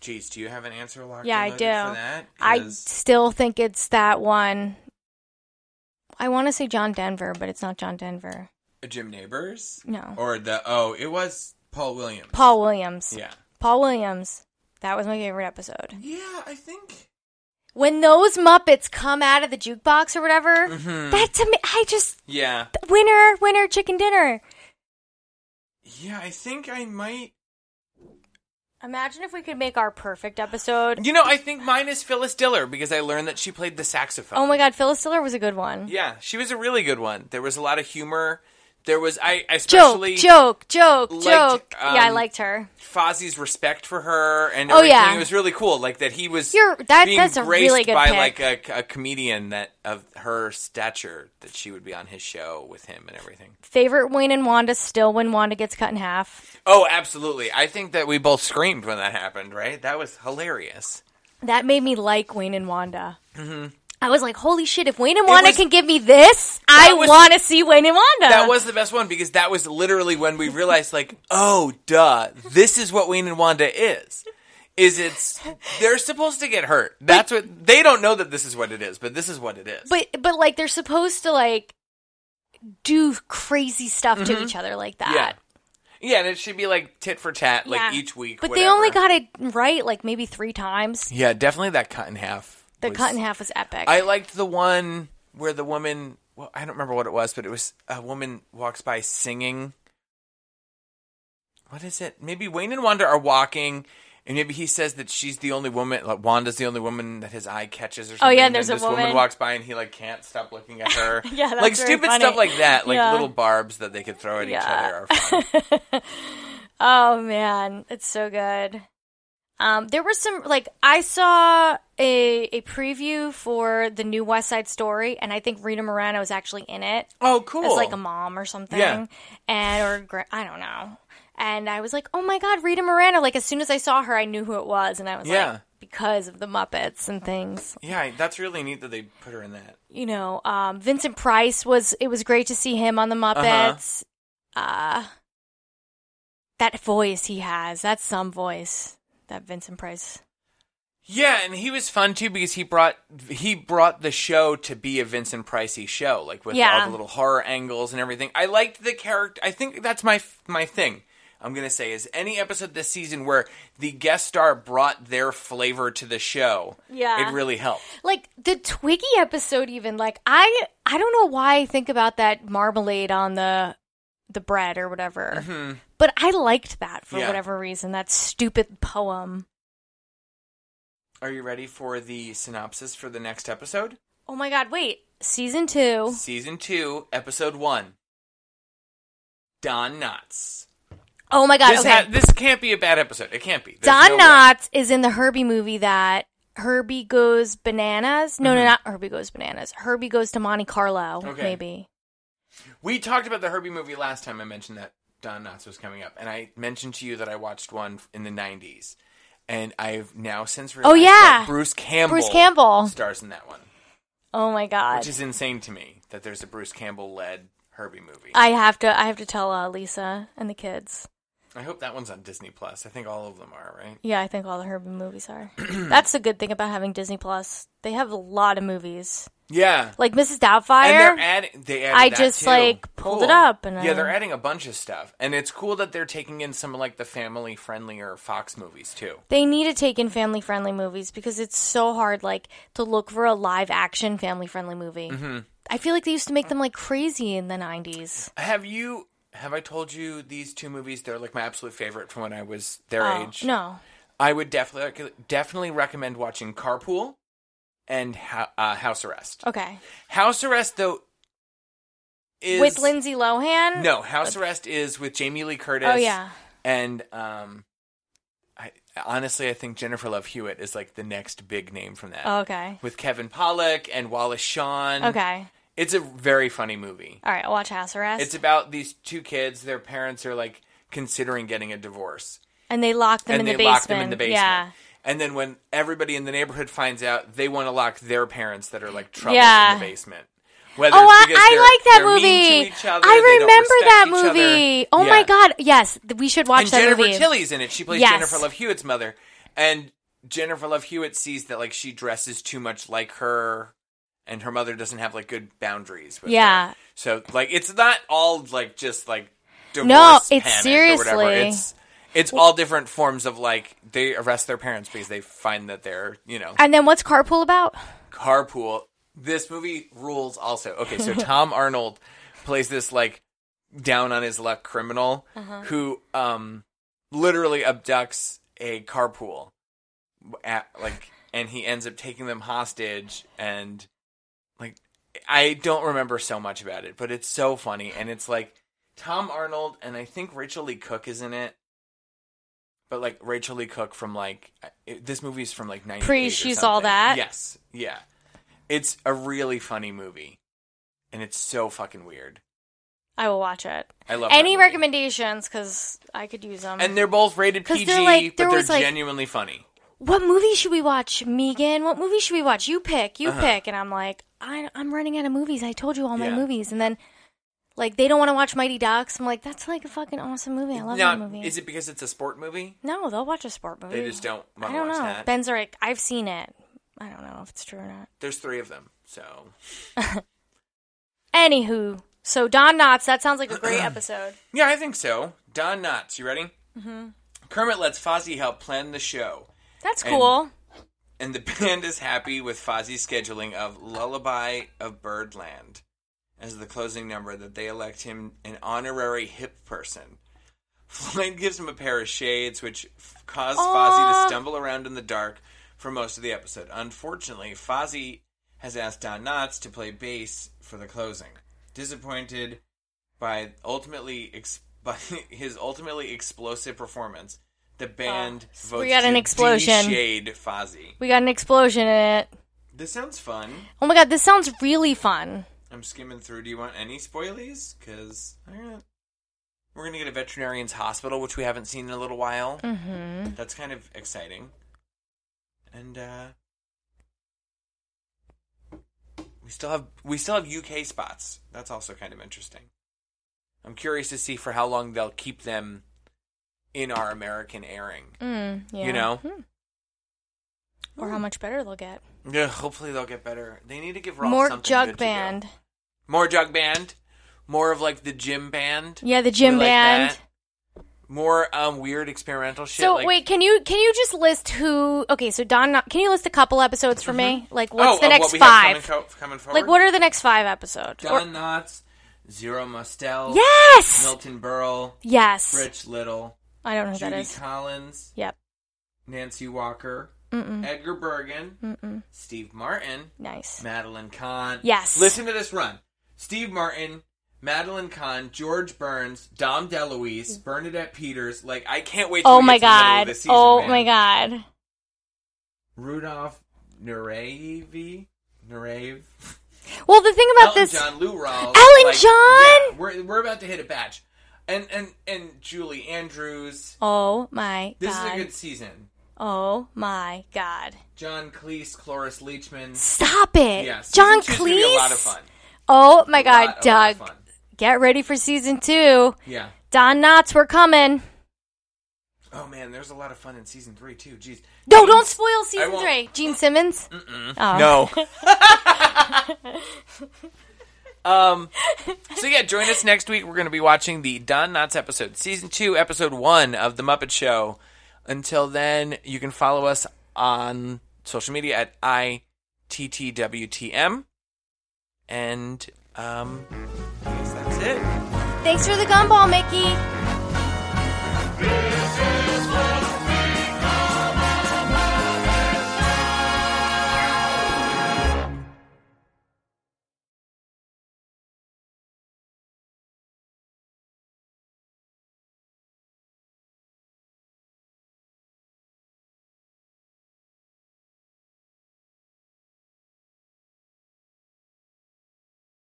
[SPEAKER 1] Jeez, do you have an answer locked
[SPEAKER 3] yeah, I
[SPEAKER 1] and
[SPEAKER 3] do.
[SPEAKER 1] loaded for that?
[SPEAKER 3] I
[SPEAKER 1] 'Cause-
[SPEAKER 3] still think it's that one. I want to say John Denver, but it's not John Denver.
[SPEAKER 1] Jim Neighbors?
[SPEAKER 3] No.
[SPEAKER 1] Or the oh, it was Paul Williams.
[SPEAKER 3] Paul Williams.
[SPEAKER 1] Yeah.
[SPEAKER 3] Paul Williams. That was my favorite episode.
[SPEAKER 1] Yeah, I think
[SPEAKER 3] When those Muppets come out of the jukebox or whatever,
[SPEAKER 1] Mm-hmm.
[SPEAKER 3] that to me, I just
[SPEAKER 1] Yeah.
[SPEAKER 3] winner, winner, chicken dinner.
[SPEAKER 1] Yeah, I think I might.
[SPEAKER 3] Imagine if we could make our perfect episode.
[SPEAKER 1] You know, I think mine is Phyllis Diller because I learned that she played the saxophone.
[SPEAKER 3] Oh my God, Phyllis Diller was a good one.
[SPEAKER 1] Yeah, she was a really good one. There was a lot of humor. There was I, I
[SPEAKER 3] Joke,
[SPEAKER 1] especially
[SPEAKER 3] joke, joke,
[SPEAKER 1] liked,
[SPEAKER 3] joke. yeah, I
[SPEAKER 1] um,
[SPEAKER 3] liked her.
[SPEAKER 1] Fozzie's respect for her and
[SPEAKER 3] Oh,
[SPEAKER 1] everything.
[SPEAKER 3] yeah.
[SPEAKER 1] It was really cool. Like that he was
[SPEAKER 3] You're- that-
[SPEAKER 1] being
[SPEAKER 3] that's a
[SPEAKER 1] graced
[SPEAKER 3] really good
[SPEAKER 1] by
[SPEAKER 3] pick.
[SPEAKER 1] like a, a comedian that of her stature that she would be on his show with him and everything.
[SPEAKER 3] Favorite Wayne and Wanda still when Wanda gets cut in half.
[SPEAKER 1] Oh, absolutely. I think that we both screamed when that happened, right? That was hilarious.
[SPEAKER 3] That made me like Wayne and Wanda. I was like, holy shit, if Wayne and Wanda
[SPEAKER 1] Mm-hmm. was-
[SPEAKER 3] can give me this, I
[SPEAKER 1] was-
[SPEAKER 3] want to see Wayne and Wanda.
[SPEAKER 1] That was the best one because that was literally when we realized like, oh duh, this is what Wayne and Wanda is. Is it's they're supposed to get hurt. That's what they don't know that this is what it is, but this is what it is.
[SPEAKER 3] but but like they're supposed to like do crazy stuff to each other like that.
[SPEAKER 1] Mm-hmm. Yeah. Yeah, and it should be like tit for tat, like
[SPEAKER 3] Yeah.
[SPEAKER 1] each week.
[SPEAKER 3] But
[SPEAKER 1] whatever.
[SPEAKER 3] they only got it right like maybe three times.
[SPEAKER 1] Yeah, definitely that cut in half.
[SPEAKER 3] The
[SPEAKER 1] was-
[SPEAKER 3] cut in half was epic.
[SPEAKER 1] I liked the one where the woman. Well, I don't remember what it was, but it was a woman walks by singing. What is it? Maybe Wayne and Wanda are walking, and maybe he says that she's the only woman. Like Wanda's the only woman that his eye catches, or something.
[SPEAKER 3] Oh, yeah, there's
[SPEAKER 1] and
[SPEAKER 3] a
[SPEAKER 1] this woman.
[SPEAKER 3] woman-
[SPEAKER 1] walks by, and he like can't stop looking at her.
[SPEAKER 3] *laughs* Yeah, that's
[SPEAKER 1] like
[SPEAKER 3] very
[SPEAKER 1] stupid
[SPEAKER 3] funny.
[SPEAKER 1] stuff like that, like
[SPEAKER 3] Yeah.
[SPEAKER 1] little barbs that they could throw at
[SPEAKER 3] Yeah.
[SPEAKER 1] each other. Are
[SPEAKER 3] *laughs*
[SPEAKER 1] fun.
[SPEAKER 3] *laughs* Oh man, it's so good. Um, there were some like I saw a a preview for the new West Side Story, and I think Rita Moreno is actually in it
[SPEAKER 1] oh, cool!
[SPEAKER 3] as like a mom or something,
[SPEAKER 1] Yeah.
[SPEAKER 3] and or gra- I don't know. And I was like, oh my god, Rita Moreno! Like as soon as I saw her, I knew who it was, and I was
[SPEAKER 1] Yeah.
[SPEAKER 3] like, because of the Muppets and things,
[SPEAKER 1] Yeah, that's really neat that they put her in that.
[SPEAKER 3] you know. Um, Vincent Price was it was great to see him on the
[SPEAKER 1] Uh-huh.
[SPEAKER 3] Muppets. uh that voice he has, that's some voice. That Vincent Price.
[SPEAKER 1] Yeah, and he was fun too because he brought he brought the show to be a Vincent Pricey show, like with all
[SPEAKER 3] Yeah.
[SPEAKER 1] the little horror angles and everything. I liked the character. I think that's my my thing. I'm gonna say is any episode this season where the guest star brought their flavor to the show.
[SPEAKER 3] Yeah.
[SPEAKER 1] it really helped.
[SPEAKER 3] like the Twiggy episode even like I I don't know why I think about that marmalade on the the bread or whatever. But I liked that for
[SPEAKER 1] Mm-hmm. Yeah.
[SPEAKER 3] whatever reason. That stupid poem.
[SPEAKER 1] Are you ready for the synopsis for the next episode?
[SPEAKER 3] Oh my god, wait. Season 2.
[SPEAKER 1] Season two, episode one. Don Knotts.
[SPEAKER 3] Oh my god.
[SPEAKER 1] this
[SPEAKER 3] okay.
[SPEAKER 1] ha- this can't be a bad episode. It can't be. There's
[SPEAKER 3] Don
[SPEAKER 1] no way.
[SPEAKER 3] Knotts is in the Herbie movie that Herbie goes bananas. No, no, not Herbie goes bananas. Herbie goes to Monte Carlo,
[SPEAKER 1] Mm-hmm. Okay.
[SPEAKER 3] maybe.
[SPEAKER 1] We talked about the Herbie movie last time I mentioned that Don Knotts was coming up, and I mentioned to you that I watched one in the '90s, and I've now since realized
[SPEAKER 3] Oh, yeah.
[SPEAKER 1] that Bruce Campbell,
[SPEAKER 3] Bruce Campbell.
[SPEAKER 1] stars in that one,
[SPEAKER 3] Oh my god.
[SPEAKER 1] which is insane to me that there's a Bruce Campbell led Herbie movie. I,
[SPEAKER 3] I have to I have to tell uh, Lisa and the kids.
[SPEAKER 1] hope that one's on Disney Plus. I think all of them are right.
[SPEAKER 3] Yeah, I think all the Herbie movies are. *clears throat* That's the good thing about having Disney Plus. They have a lot of movies.
[SPEAKER 1] Yeah,
[SPEAKER 3] Like
[SPEAKER 1] and
[SPEAKER 3] Mrs. Doubtfire.
[SPEAKER 1] they're adding. They added
[SPEAKER 3] I
[SPEAKER 1] that
[SPEAKER 3] just,
[SPEAKER 1] too.
[SPEAKER 3] like, pulled it up and
[SPEAKER 1] yeah,
[SPEAKER 3] I-
[SPEAKER 1] they're adding a bunch of stuff, and it's cool that they're taking in some like the family friendlier Fox movies too.
[SPEAKER 3] they need to take in family friendly movies because it's so hard like to look for a live action family friendly movie.
[SPEAKER 1] Mm-hmm.
[SPEAKER 3] I feel like they used to make them like crazy in the 90s.
[SPEAKER 1] Have you? Have I told you these two movies? They're like my absolute favorite from when I was their
[SPEAKER 3] Oh,
[SPEAKER 1] age.
[SPEAKER 3] no.
[SPEAKER 1] I would definitely definitely recommend watching Carpool and Ho- uh, House Arrest.
[SPEAKER 3] Okay.
[SPEAKER 1] House Arrest though is
[SPEAKER 3] With Lindsay Lohan?
[SPEAKER 1] No, House Arrest is with Jamie Lee Curtis.
[SPEAKER 3] Oh yeah.
[SPEAKER 1] and um, I honestly I think Jennifer Love Hewitt is like the next big name from that.
[SPEAKER 3] okay.
[SPEAKER 1] With Kevin Pollak and Wallace Shawn.
[SPEAKER 3] Okay.
[SPEAKER 1] it's a very funny movie.
[SPEAKER 3] All right, I'll watch House Arrest.
[SPEAKER 1] It's about these two kids. Their parents are like considering getting a divorce,
[SPEAKER 3] and they lock them
[SPEAKER 1] and
[SPEAKER 3] in
[SPEAKER 1] they
[SPEAKER 3] the basement.
[SPEAKER 1] lock them in the basement.
[SPEAKER 3] Yeah.
[SPEAKER 1] And then when everybody in the neighborhood finds out, they want to lock their parents that are like troubled
[SPEAKER 3] Yeah.
[SPEAKER 1] in the basement. Whether
[SPEAKER 3] Oh,
[SPEAKER 1] it's
[SPEAKER 3] I,
[SPEAKER 1] because they're-
[SPEAKER 3] I like that
[SPEAKER 1] they're
[SPEAKER 3] movie.
[SPEAKER 1] mean to each other,
[SPEAKER 3] I
[SPEAKER 1] they don't
[SPEAKER 3] remember that
[SPEAKER 1] respect each
[SPEAKER 3] movie.
[SPEAKER 1] other.
[SPEAKER 3] Oh my
[SPEAKER 1] Yeah.
[SPEAKER 3] god, yes, th- we should watch
[SPEAKER 1] and
[SPEAKER 3] that
[SPEAKER 1] Jennifer
[SPEAKER 3] movie.
[SPEAKER 1] Tilly's in it. She plays
[SPEAKER 3] Yes.
[SPEAKER 1] Jennifer Love Hewitt's mother, and Jennifer Love Hewitt sees that like she dresses too much like her, and her mother doesn't have like good boundaries. With
[SPEAKER 3] Yeah.
[SPEAKER 1] her. so like it's not all like just like divorce
[SPEAKER 3] No, it's
[SPEAKER 1] panic or
[SPEAKER 3] seriously-
[SPEAKER 1] whatever. It's it's all different forms of like they arrest their parents because they find that they're you know
[SPEAKER 3] And then what's Carpool about?
[SPEAKER 1] carpool. This movie rules also. Okay,
[SPEAKER 3] *laughs*
[SPEAKER 1] so Tom Arnold plays this like down on his luck criminal
[SPEAKER 3] Uh-huh.
[SPEAKER 1] who um literally abducts a carpool at, like and he ends up taking them hostage and like I don't remember so much about it, but it's so funny and it's like Tom Arnold and I think Rachel Lee Cook is in it. But like Rachel Lee Cook from like I- it, this movie's from like 98
[SPEAKER 3] Pre
[SPEAKER 1] or
[SPEAKER 3] She's All
[SPEAKER 1] something.
[SPEAKER 3] That?
[SPEAKER 1] Yes. Yeah. It's a really funny movie. And it's so fucking weird.
[SPEAKER 3] I will watch it.
[SPEAKER 1] I love
[SPEAKER 3] Any
[SPEAKER 1] that movie.
[SPEAKER 3] recommendations? Because I could use them.
[SPEAKER 1] And they're both rated
[SPEAKER 3] 'Cause
[SPEAKER 1] PG,
[SPEAKER 3] they're, like- there
[SPEAKER 1] but they're
[SPEAKER 3] was, like-
[SPEAKER 1] genuinely funny.
[SPEAKER 3] what movie should we watch, Megan? What movie should we watch? You pick, you pick. And I'm like, I, I'm running out of movies. I told you all my
[SPEAKER 1] Uh-huh. Yeah.
[SPEAKER 3] movies. And then, like, they don't want to watch Mighty Ducks. I'm like, that's like a fucking awesome movie. I love
[SPEAKER 1] now,
[SPEAKER 3] that movie.
[SPEAKER 1] is it because it's a sport movie?
[SPEAKER 3] no, they'll watch a sport movie.
[SPEAKER 1] They just don't
[SPEAKER 3] I
[SPEAKER 1] want to
[SPEAKER 3] don't
[SPEAKER 1] watch
[SPEAKER 3] know.
[SPEAKER 1] that.
[SPEAKER 3] Ben Zurich, I've seen it. I don't know if it's true or not.
[SPEAKER 1] There's three of them, so
[SPEAKER 3] Anywho, so Don Knotts, that sounds like
[SPEAKER 1] *clears throat*
[SPEAKER 3] a great episode.
[SPEAKER 1] Yeah, I think so. Don Knotts, you ready? Mm-hmm. Kermit lets Fozzie help plan the show,
[SPEAKER 3] That's
[SPEAKER 1] And-
[SPEAKER 3] cool.
[SPEAKER 1] and the *laughs* band is happy with Fozzie's scheduling of Lullaby of Birdland as the closing number that they elect him an honorary hip person. *laughs* Floyd gives him a pair of shades, which f- caused Fozzie
[SPEAKER 3] Aw.
[SPEAKER 1] to stumble around in the dark for most of the episode. Unfortunately, Fozzie has asked Don Knotts to play bass for the closing. Disappointed, by ultimately ex- *laughs* by his ultimately explosive performance, the band
[SPEAKER 3] so
[SPEAKER 1] votes
[SPEAKER 3] we got an
[SPEAKER 1] to
[SPEAKER 3] explosion.
[SPEAKER 1] de-shade Fozzie.
[SPEAKER 3] We got an explosion in it.
[SPEAKER 1] This sounds fun.
[SPEAKER 3] Oh my god, this sounds really fun.
[SPEAKER 1] I'm skimming through. Do you want any spoilies? Because we're gonna get a veterinarian's hospital, which we haven't seen in a little while.
[SPEAKER 3] Mm-hmm.
[SPEAKER 1] That's kind of exciting. And uh, we still have we still have UK spots. That's also kind of interesting. I'm curious to see for how long they'll keep them in our American airing.
[SPEAKER 3] Mm, yeah.
[SPEAKER 1] You know?
[SPEAKER 3] Hmm. Or how much better they'll get.
[SPEAKER 1] Yeah, hopefully they'll get better. They need to give Rolf
[SPEAKER 3] Mm-hmm. More
[SPEAKER 1] something
[SPEAKER 3] jug
[SPEAKER 1] good to do.
[SPEAKER 3] band.
[SPEAKER 1] more jug band, more of like the gym band,
[SPEAKER 3] Yeah, the gym
[SPEAKER 1] We like
[SPEAKER 3] band.
[SPEAKER 1] that. more um weird experimental shit.
[SPEAKER 3] so
[SPEAKER 1] like-
[SPEAKER 3] wait, can you can you just list who? Okay, so Don, Knott- can you list a couple episodes for me? Like,
[SPEAKER 1] Oh,
[SPEAKER 3] what's the
[SPEAKER 1] of
[SPEAKER 3] next
[SPEAKER 1] what we Have
[SPEAKER 3] five?
[SPEAKER 1] coming, co- coming forward?
[SPEAKER 3] Like, what are the next five episodes? Or-
[SPEAKER 1] Don Knotts, Zero Mostel,
[SPEAKER 3] yes,
[SPEAKER 1] Milton Berle,
[SPEAKER 3] yes.
[SPEAKER 1] Rich Little,
[SPEAKER 3] I don't know who that
[SPEAKER 1] Judy
[SPEAKER 3] is.
[SPEAKER 1] Collins,
[SPEAKER 3] Yep.
[SPEAKER 1] Nancy Walker,
[SPEAKER 3] Mm-mm.
[SPEAKER 1] Edgar Bergen,
[SPEAKER 3] Mm-mm.
[SPEAKER 1] Steve Martin,
[SPEAKER 3] Nice.
[SPEAKER 1] Madeline Kahn.
[SPEAKER 3] Yes.
[SPEAKER 1] Listen to this run. Steve Martin, Madeline Kahn, George Burns, Dom DeLuise, Bernadette Peters. Like, I can't wait till
[SPEAKER 3] Mm-hmm. Oh
[SPEAKER 1] we
[SPEAKER 3] my
[SPEAKER 1] get to the middle of
[SPEAKER 3] god.
[SPEAKER 1] this season,
[SPEAKER 3] oh
[SPEAKER 1] man.
[SPEAKER 3] my god.
[SPEAKER 1] Rudolph Nureyev. Nureyev.
[SPEAKER 3] Well, the thing about
[SPEAKER 1] Elton
[SPEAKER 3] this,
[SPEAKER 1] John, Lou Rawls.
[SPEAKER 3] Elton
[SPEAKER 1] like,
[SPEAKER 3] John?
[SPEAKER 1] yeah, we're, we're about to hit a batch. And, and, and Julie Andrews.
[SPEAKER 3] oh my
[SPEAKER 1] This
[SPEAKER 3] god.
[SPEAKER 1] is a good season.
[SPEAKER 3] Oh my god.
[SPEAKER 1] John Cleese, Cloris Leachman.
[SPEAKER 3] Stop it.
[SPEAKER 1] Mm-hmm. Yeah, season
[SPEAKER 3] John
[SPEAKER 1] two's
[SPEAKER 3] Cleese.
[SPEAKER 1] gonna be a lot of fun.
[SPEAKER 3] Oh my
[SPEAKER 1] A lot,
[SPEAKER 3] god,
[SPEAKER 1] a lot of
[SPEAKER 3] Doug.
[SPEAKER 1] fun.
[SPEAKER 3] Get ready for season 2.
[SPEAKER 1] Yeah.
[SPEAKER 3] Don Knotts, we're coming.
[SPEAKER 1] Oh man, there's a lot of fun in season three too. Jeez.
[SPEAKER 3] No, don't spoil season
[SPEAKER 1] won't.
[SPEAKER 3] 3. Gene Simmons?
[SPEAKER 1] Mm-mm.
[SPEAKER 3] Oh. *laughs*
[SPEAKER 1] No. um. So yeah, join us next week. We're going to be watching the Don Knotts episode, season two, episode one of the Muppet Show. Until then, you can follow us on social media at ittwtm, and um, I guess that's it.
[SPEAKER 3] Thanks for the gumball, Mickey.
[SPEAKER 2] Big